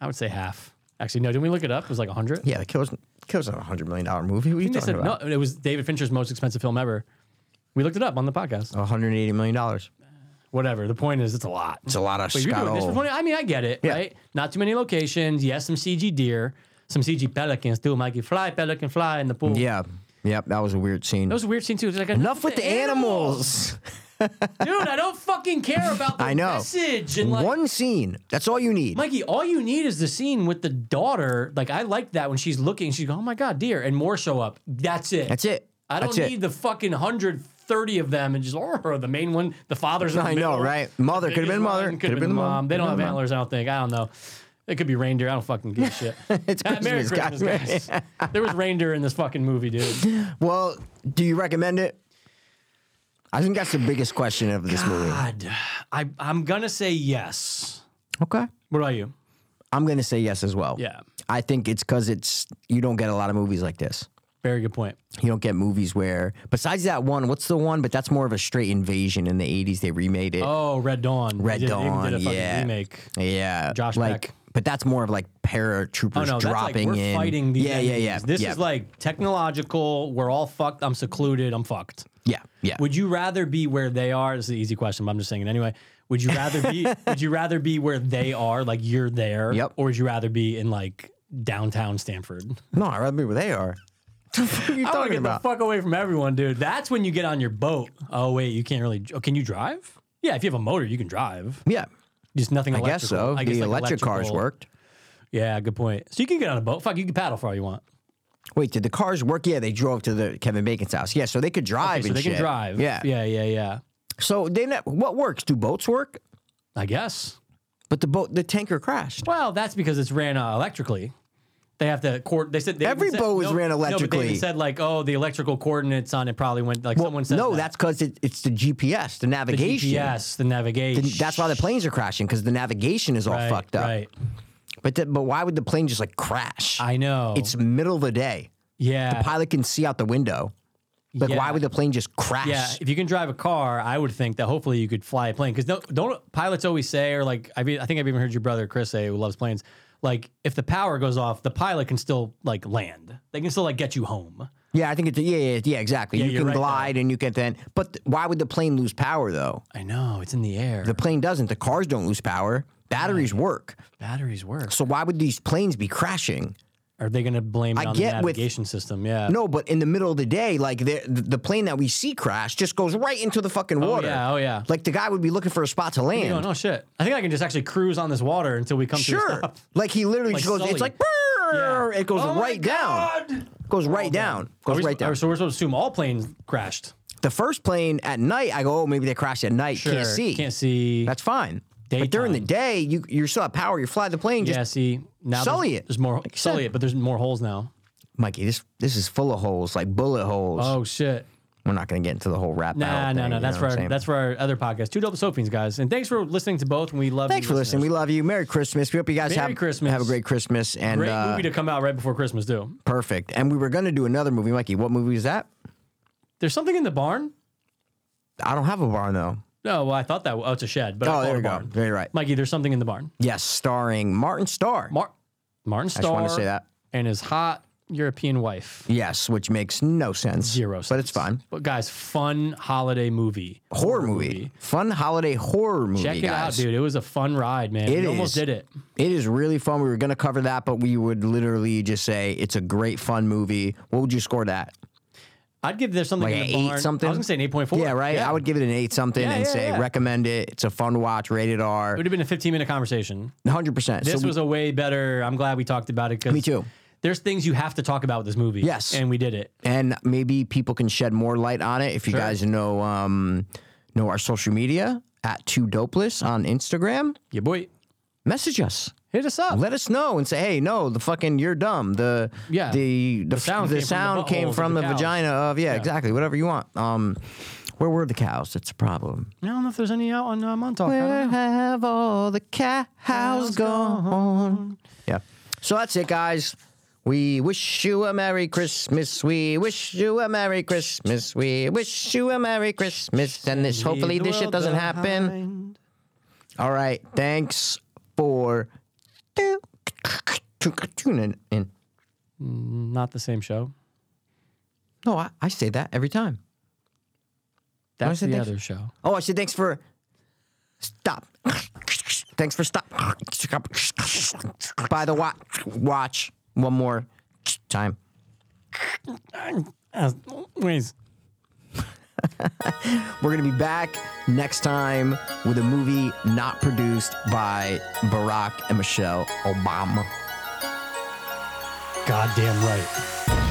B: I would say half. Actually, no. Didn't we look it up? It was like 100.
A: Yeah, the killer's killer's not a hundred million dollar movie. What are you
B: They
A: talking
B: said,
A: about?
B: no, it was David Fincher's most expensive film ever. We looked it up on the podcast.
A: One hundred eighty million dollars.
B: Oh. Whatever. The point is, it's a lot.
A: It's a lot of
B: But you're
A: Scott
B: doing this for
A: Old.
B: 20. I mean, I get it,
A: Yeah.
B: right? Not too many locations. Yes, some CG deer, some CG pelicans too. Mikey, fly pelican, fly in the pool.
A: Yeah, yep. That was a weird scene.
B: that was a weird scene too. It's like
A: Enough with the animals.
B: (laughs) dude. I don't fucking care (laughs) about the
A: I know.
B: message and like.
A: One scene. That's all you need.
B: Mikey, all you need is the scene with the daughter. Like I like that when she's looking, she's going, "Oh my god, deer," and more show up. That's it.
A: That's it.
B: I don't
A: That's it.
B: need the fucking hundred thirty of them and just or the main one, the father's. In the
A: I know,
B: middle.
A: right? Mother could have
B: biggest
A: been mother.
B: one, Could have been, the mom. They don't have antlers. I don't think. I don't know. It could be reindeer. I don't
A: (laughs)
B: fucking give a shit.
A: It's
B: Ah, Merry
A: Christmas, guys.
B: Christmas,
A: (laughs)
B: guys. there was reindeer in this fucking movie, dude.
A: Well, do you recommend it? I think that's the biggest question of this movie.
B: God, I I'm gonna say yes.
A: Okay.
B: What about you?
A: I'm gonna say yes as well.
B: Yeah.
A: I think it's because it's you don't get a lot of movies like this.
B: Very good point.
A: You don't get movies where besides that one, what's the one? But that's more of a straight invasion in the '80s. They remade it.
B: Oh, Red Dawn. They
A: Red
B: did- they even
A: Dawn,
B: Did a fucking
A: yeah.
B: Remake.
A: yeah,
B: Josh
A: like,
B: Peck.
A: but that's more of like paratroopers
B: Oh no, that's like
A: dropping
B: we're
A: in.
B: fighting these.
A: yeah, yeah, yeah.
B: enemies. This
A: yeah,
B: is like technological. We're all fucked. I'm secluded. I'm fucked.
A: yeah, yeah.
B: Would you rather be where they are? This is an easy question, but I'm just saying it anyway. Would you rather
A: (laughs)
B: be would you rather be where they are, like you're there?
A: Yep.
B: Or would you rather be in like downtown Stanford?
A: no, I remember where they are. (laughs) what
B: (laughs)
A: are you
B: I want to
A: talking
B: get
A: about?
B: the fuck away from everyone, dude. That's when you get on your boat. Oh wait, you can't really. Oh, can you drive? Yeah, if you have a motor, you can drive.
A: yeah,
B: Just nothing.
A: I
B: Electrical.
A: guess so. the
B: like,
A: electric cars
B: electrical-
A: worked.
B: Yeah, good point. So you can get on a boat. Fuck, you can paddle for all you want.
A: Wait, did the cars work? Yeah, they drove to the Kevin Bacon's house. Yeah, so they could drive.
B: So
A: and
B: they can
A: shit.
B: drive.
A: Yeah.
B: yeah, yeah, yeah.
A: So they ne- what works? Do boats work?
B: I guess.
A: But the boat, the tanker crashed.
B: Well, that's because it's ran uh, electrically. They have to court. They said they even
A: Every
B: said-
A: boat was ran
B: No, but they
A: electrically.
B: even said like, oh, the electrical coordinates on it probably went like someone said.
A: no,
B: that.
A: that's because it, it's the GPS, the
B: the
A: navigation.
B: GPS, the navigation.
A: The- that's why the planes are crashing because the navigation is all
B: right,
A: fucked up.
B: Right.
A: But the, but why would the plane just like crash?
B: I know.
A: it's middle of the day.
B: yeah.
A: Pilot can see out the window. Like
B: Yeah.
A: why would the plane just crash?
B: Yeah, if you can drive a car, I would think that hopefully you could fly a plane. Because don't, don't pilots always say, or like I, mean, I think I've even heard your brother Chris say, who loves planes, like if the power goes off, the pilot can still like land. They can still like get you home.
A: Yeah, I think it's yeah, yeah, yeah exactly. you
B: you're
A: can
B: right,
A: glide and you can then. But th- why would the plane lose power though?
B: I know it's in the air.
A: The plane doesn't. The cars don't lose power. Batteries work.
B: batteries work.
A: So why would these planes be crashing?
B: Are they going to blame
A: I
B: it on
A: get
B: the
A: with-
B: navigation system? Yeah.
A: No, but in the middle of the day, like the the plane that we see crash just goes right into the fucking
B: Oh
A: water.
B: yeah. Oh yeah.
A: Like the guy would be looking for a spot to
B: You know,
A: land.
B: oh, no shit. I think I can just actually cruise on this water until we come to a
A: Sure.
B: stop.
A: Like he literally just goes.
B: Sully.
A: It's like brrr,
B: Yeah.
A: it goes
B: Oh my
A: right down.
B: God!
A: Goes right down.
B: Are
A: Goes
B: we-
A: right down.
B: are- So we're supposed to assume all planes crashed.
A: The first plane at night, I go, oh, maybe they crashed at night.
B: Sure.
A: Can't see.
B: Can't see.
A: That's fine. But during the day, you you still have power. You fly the plane. Just
B: yeah. See now.
A: sully
B: there's,
A: it.
B: There's more.
A: Like you
B: sully
A: said.
B: it, but there's more holes now.
A: Mikey, this this is full of holes, like bullet holes.
B: Oh shit.
A: We're not gonna get into the whole rap.
B: Nah,
A: battle
B: no,
A: thing,
B: no.
A: you
B: That's
A: know what
B: for
A: I'm
B: our,
A: saying?
B: that's for our other podcast, Two Double Soapings, guys. And thanks for listening to both. And we love.
A: Thanks
B: you
A: for listening. We love you. Merry Christmas. We hope you guys
B: Merry
A: have
B: Christmas.
A: have a great Christmas and
B: Great
A: uh,
B: movie to come out right before Christmas, too.
A: perfect. And we were gonna do another movie, Mikey. What movie is that?
B: There's something in the barn.
A: I don't have a barn though.
B: No, well, I thought that. Oh, it's a shed. But I
A: Oh,
B: call it
A: there
B: a
A: you go.
B: barn.
A: Very right.
B: Mikey, there's something in the barn.
A: Yes, starring Martin Starr.
B: Mar- Martin Starr.
A: I just wanted to say that.
B: And his hot European wife.
A: Yes, which makes no sense.
B: Zero.
A: But it's fine.
B: But guys, fun holiday movie.
A: Horror, movie. Fun holiday horror movie,
B: Check it out,
A: guys.
B: dude. It was a fun ride, man.
A: It
B: we almost
A: is.
B: did it.
A: It is really fun. We were going to cover that, but we would literally just say it's a great fun movie. What would you score that?
B: I'd give there's something
A: Like
B: in
A: an
B: the
A: eight
B: barn.
A: something?
B: I was gonna say an eight point four.
A: yeah, right? I would give it an 8 something
B: Yeah,
A: and
B: yeah,
A: say
B: yeah.
A: recommend it. It's a fun watch, rated R.
B: It would have been a 15 minute conversation.
A: 100%.
B: This
A: so
B: was a way better. I'm glad we talked about it. Cause
A: Me too.
B: there's things you have to talk about with this movie.
A: Yes.
B: and we did it.
A: and maybe people can shed more light on it if you guys know um, know our social media at two dopeless on Instagram.
B: Yeah, boy,
A: Message us.
B: hit us up.
A: Let us know and say, hey, no, the fucking you're dumb. The
B: Yeah.
A: the the, sound
B: sound
A: the
B: came from the
A: sound
B: buttholes
A: came
B: of
A: from the,
B: the cows.
A: vagina of yeah, exactly whatever you want. Um, where were the cows? That's a problem.
B: I don't know if there's any out on uh, Montauk. I don't know.
A: Where have all the cows gone? Yeah. So that's it, guys. We wish you a Merry Christmas. We wish you a Merry Christmas. We wish you a Merry Christmas. And this, hopefully,
B: Leave the
A: this shit
B: world
A: doesn't happen.
B: behind.
A: All right. Thanks for tuning in.
B: Not the same show.
A: No, I, I say that every time.
B: That's
A: it
B: the
A: next-
B: other show.
A: Oh, I said thanks for stop. Thanks for stop. By the watch, watch one more time.
B: Uh, Please.
A: We're gonna be back next time with a movie not produced by Barack and Michelle Obama.
B: Goddamn right.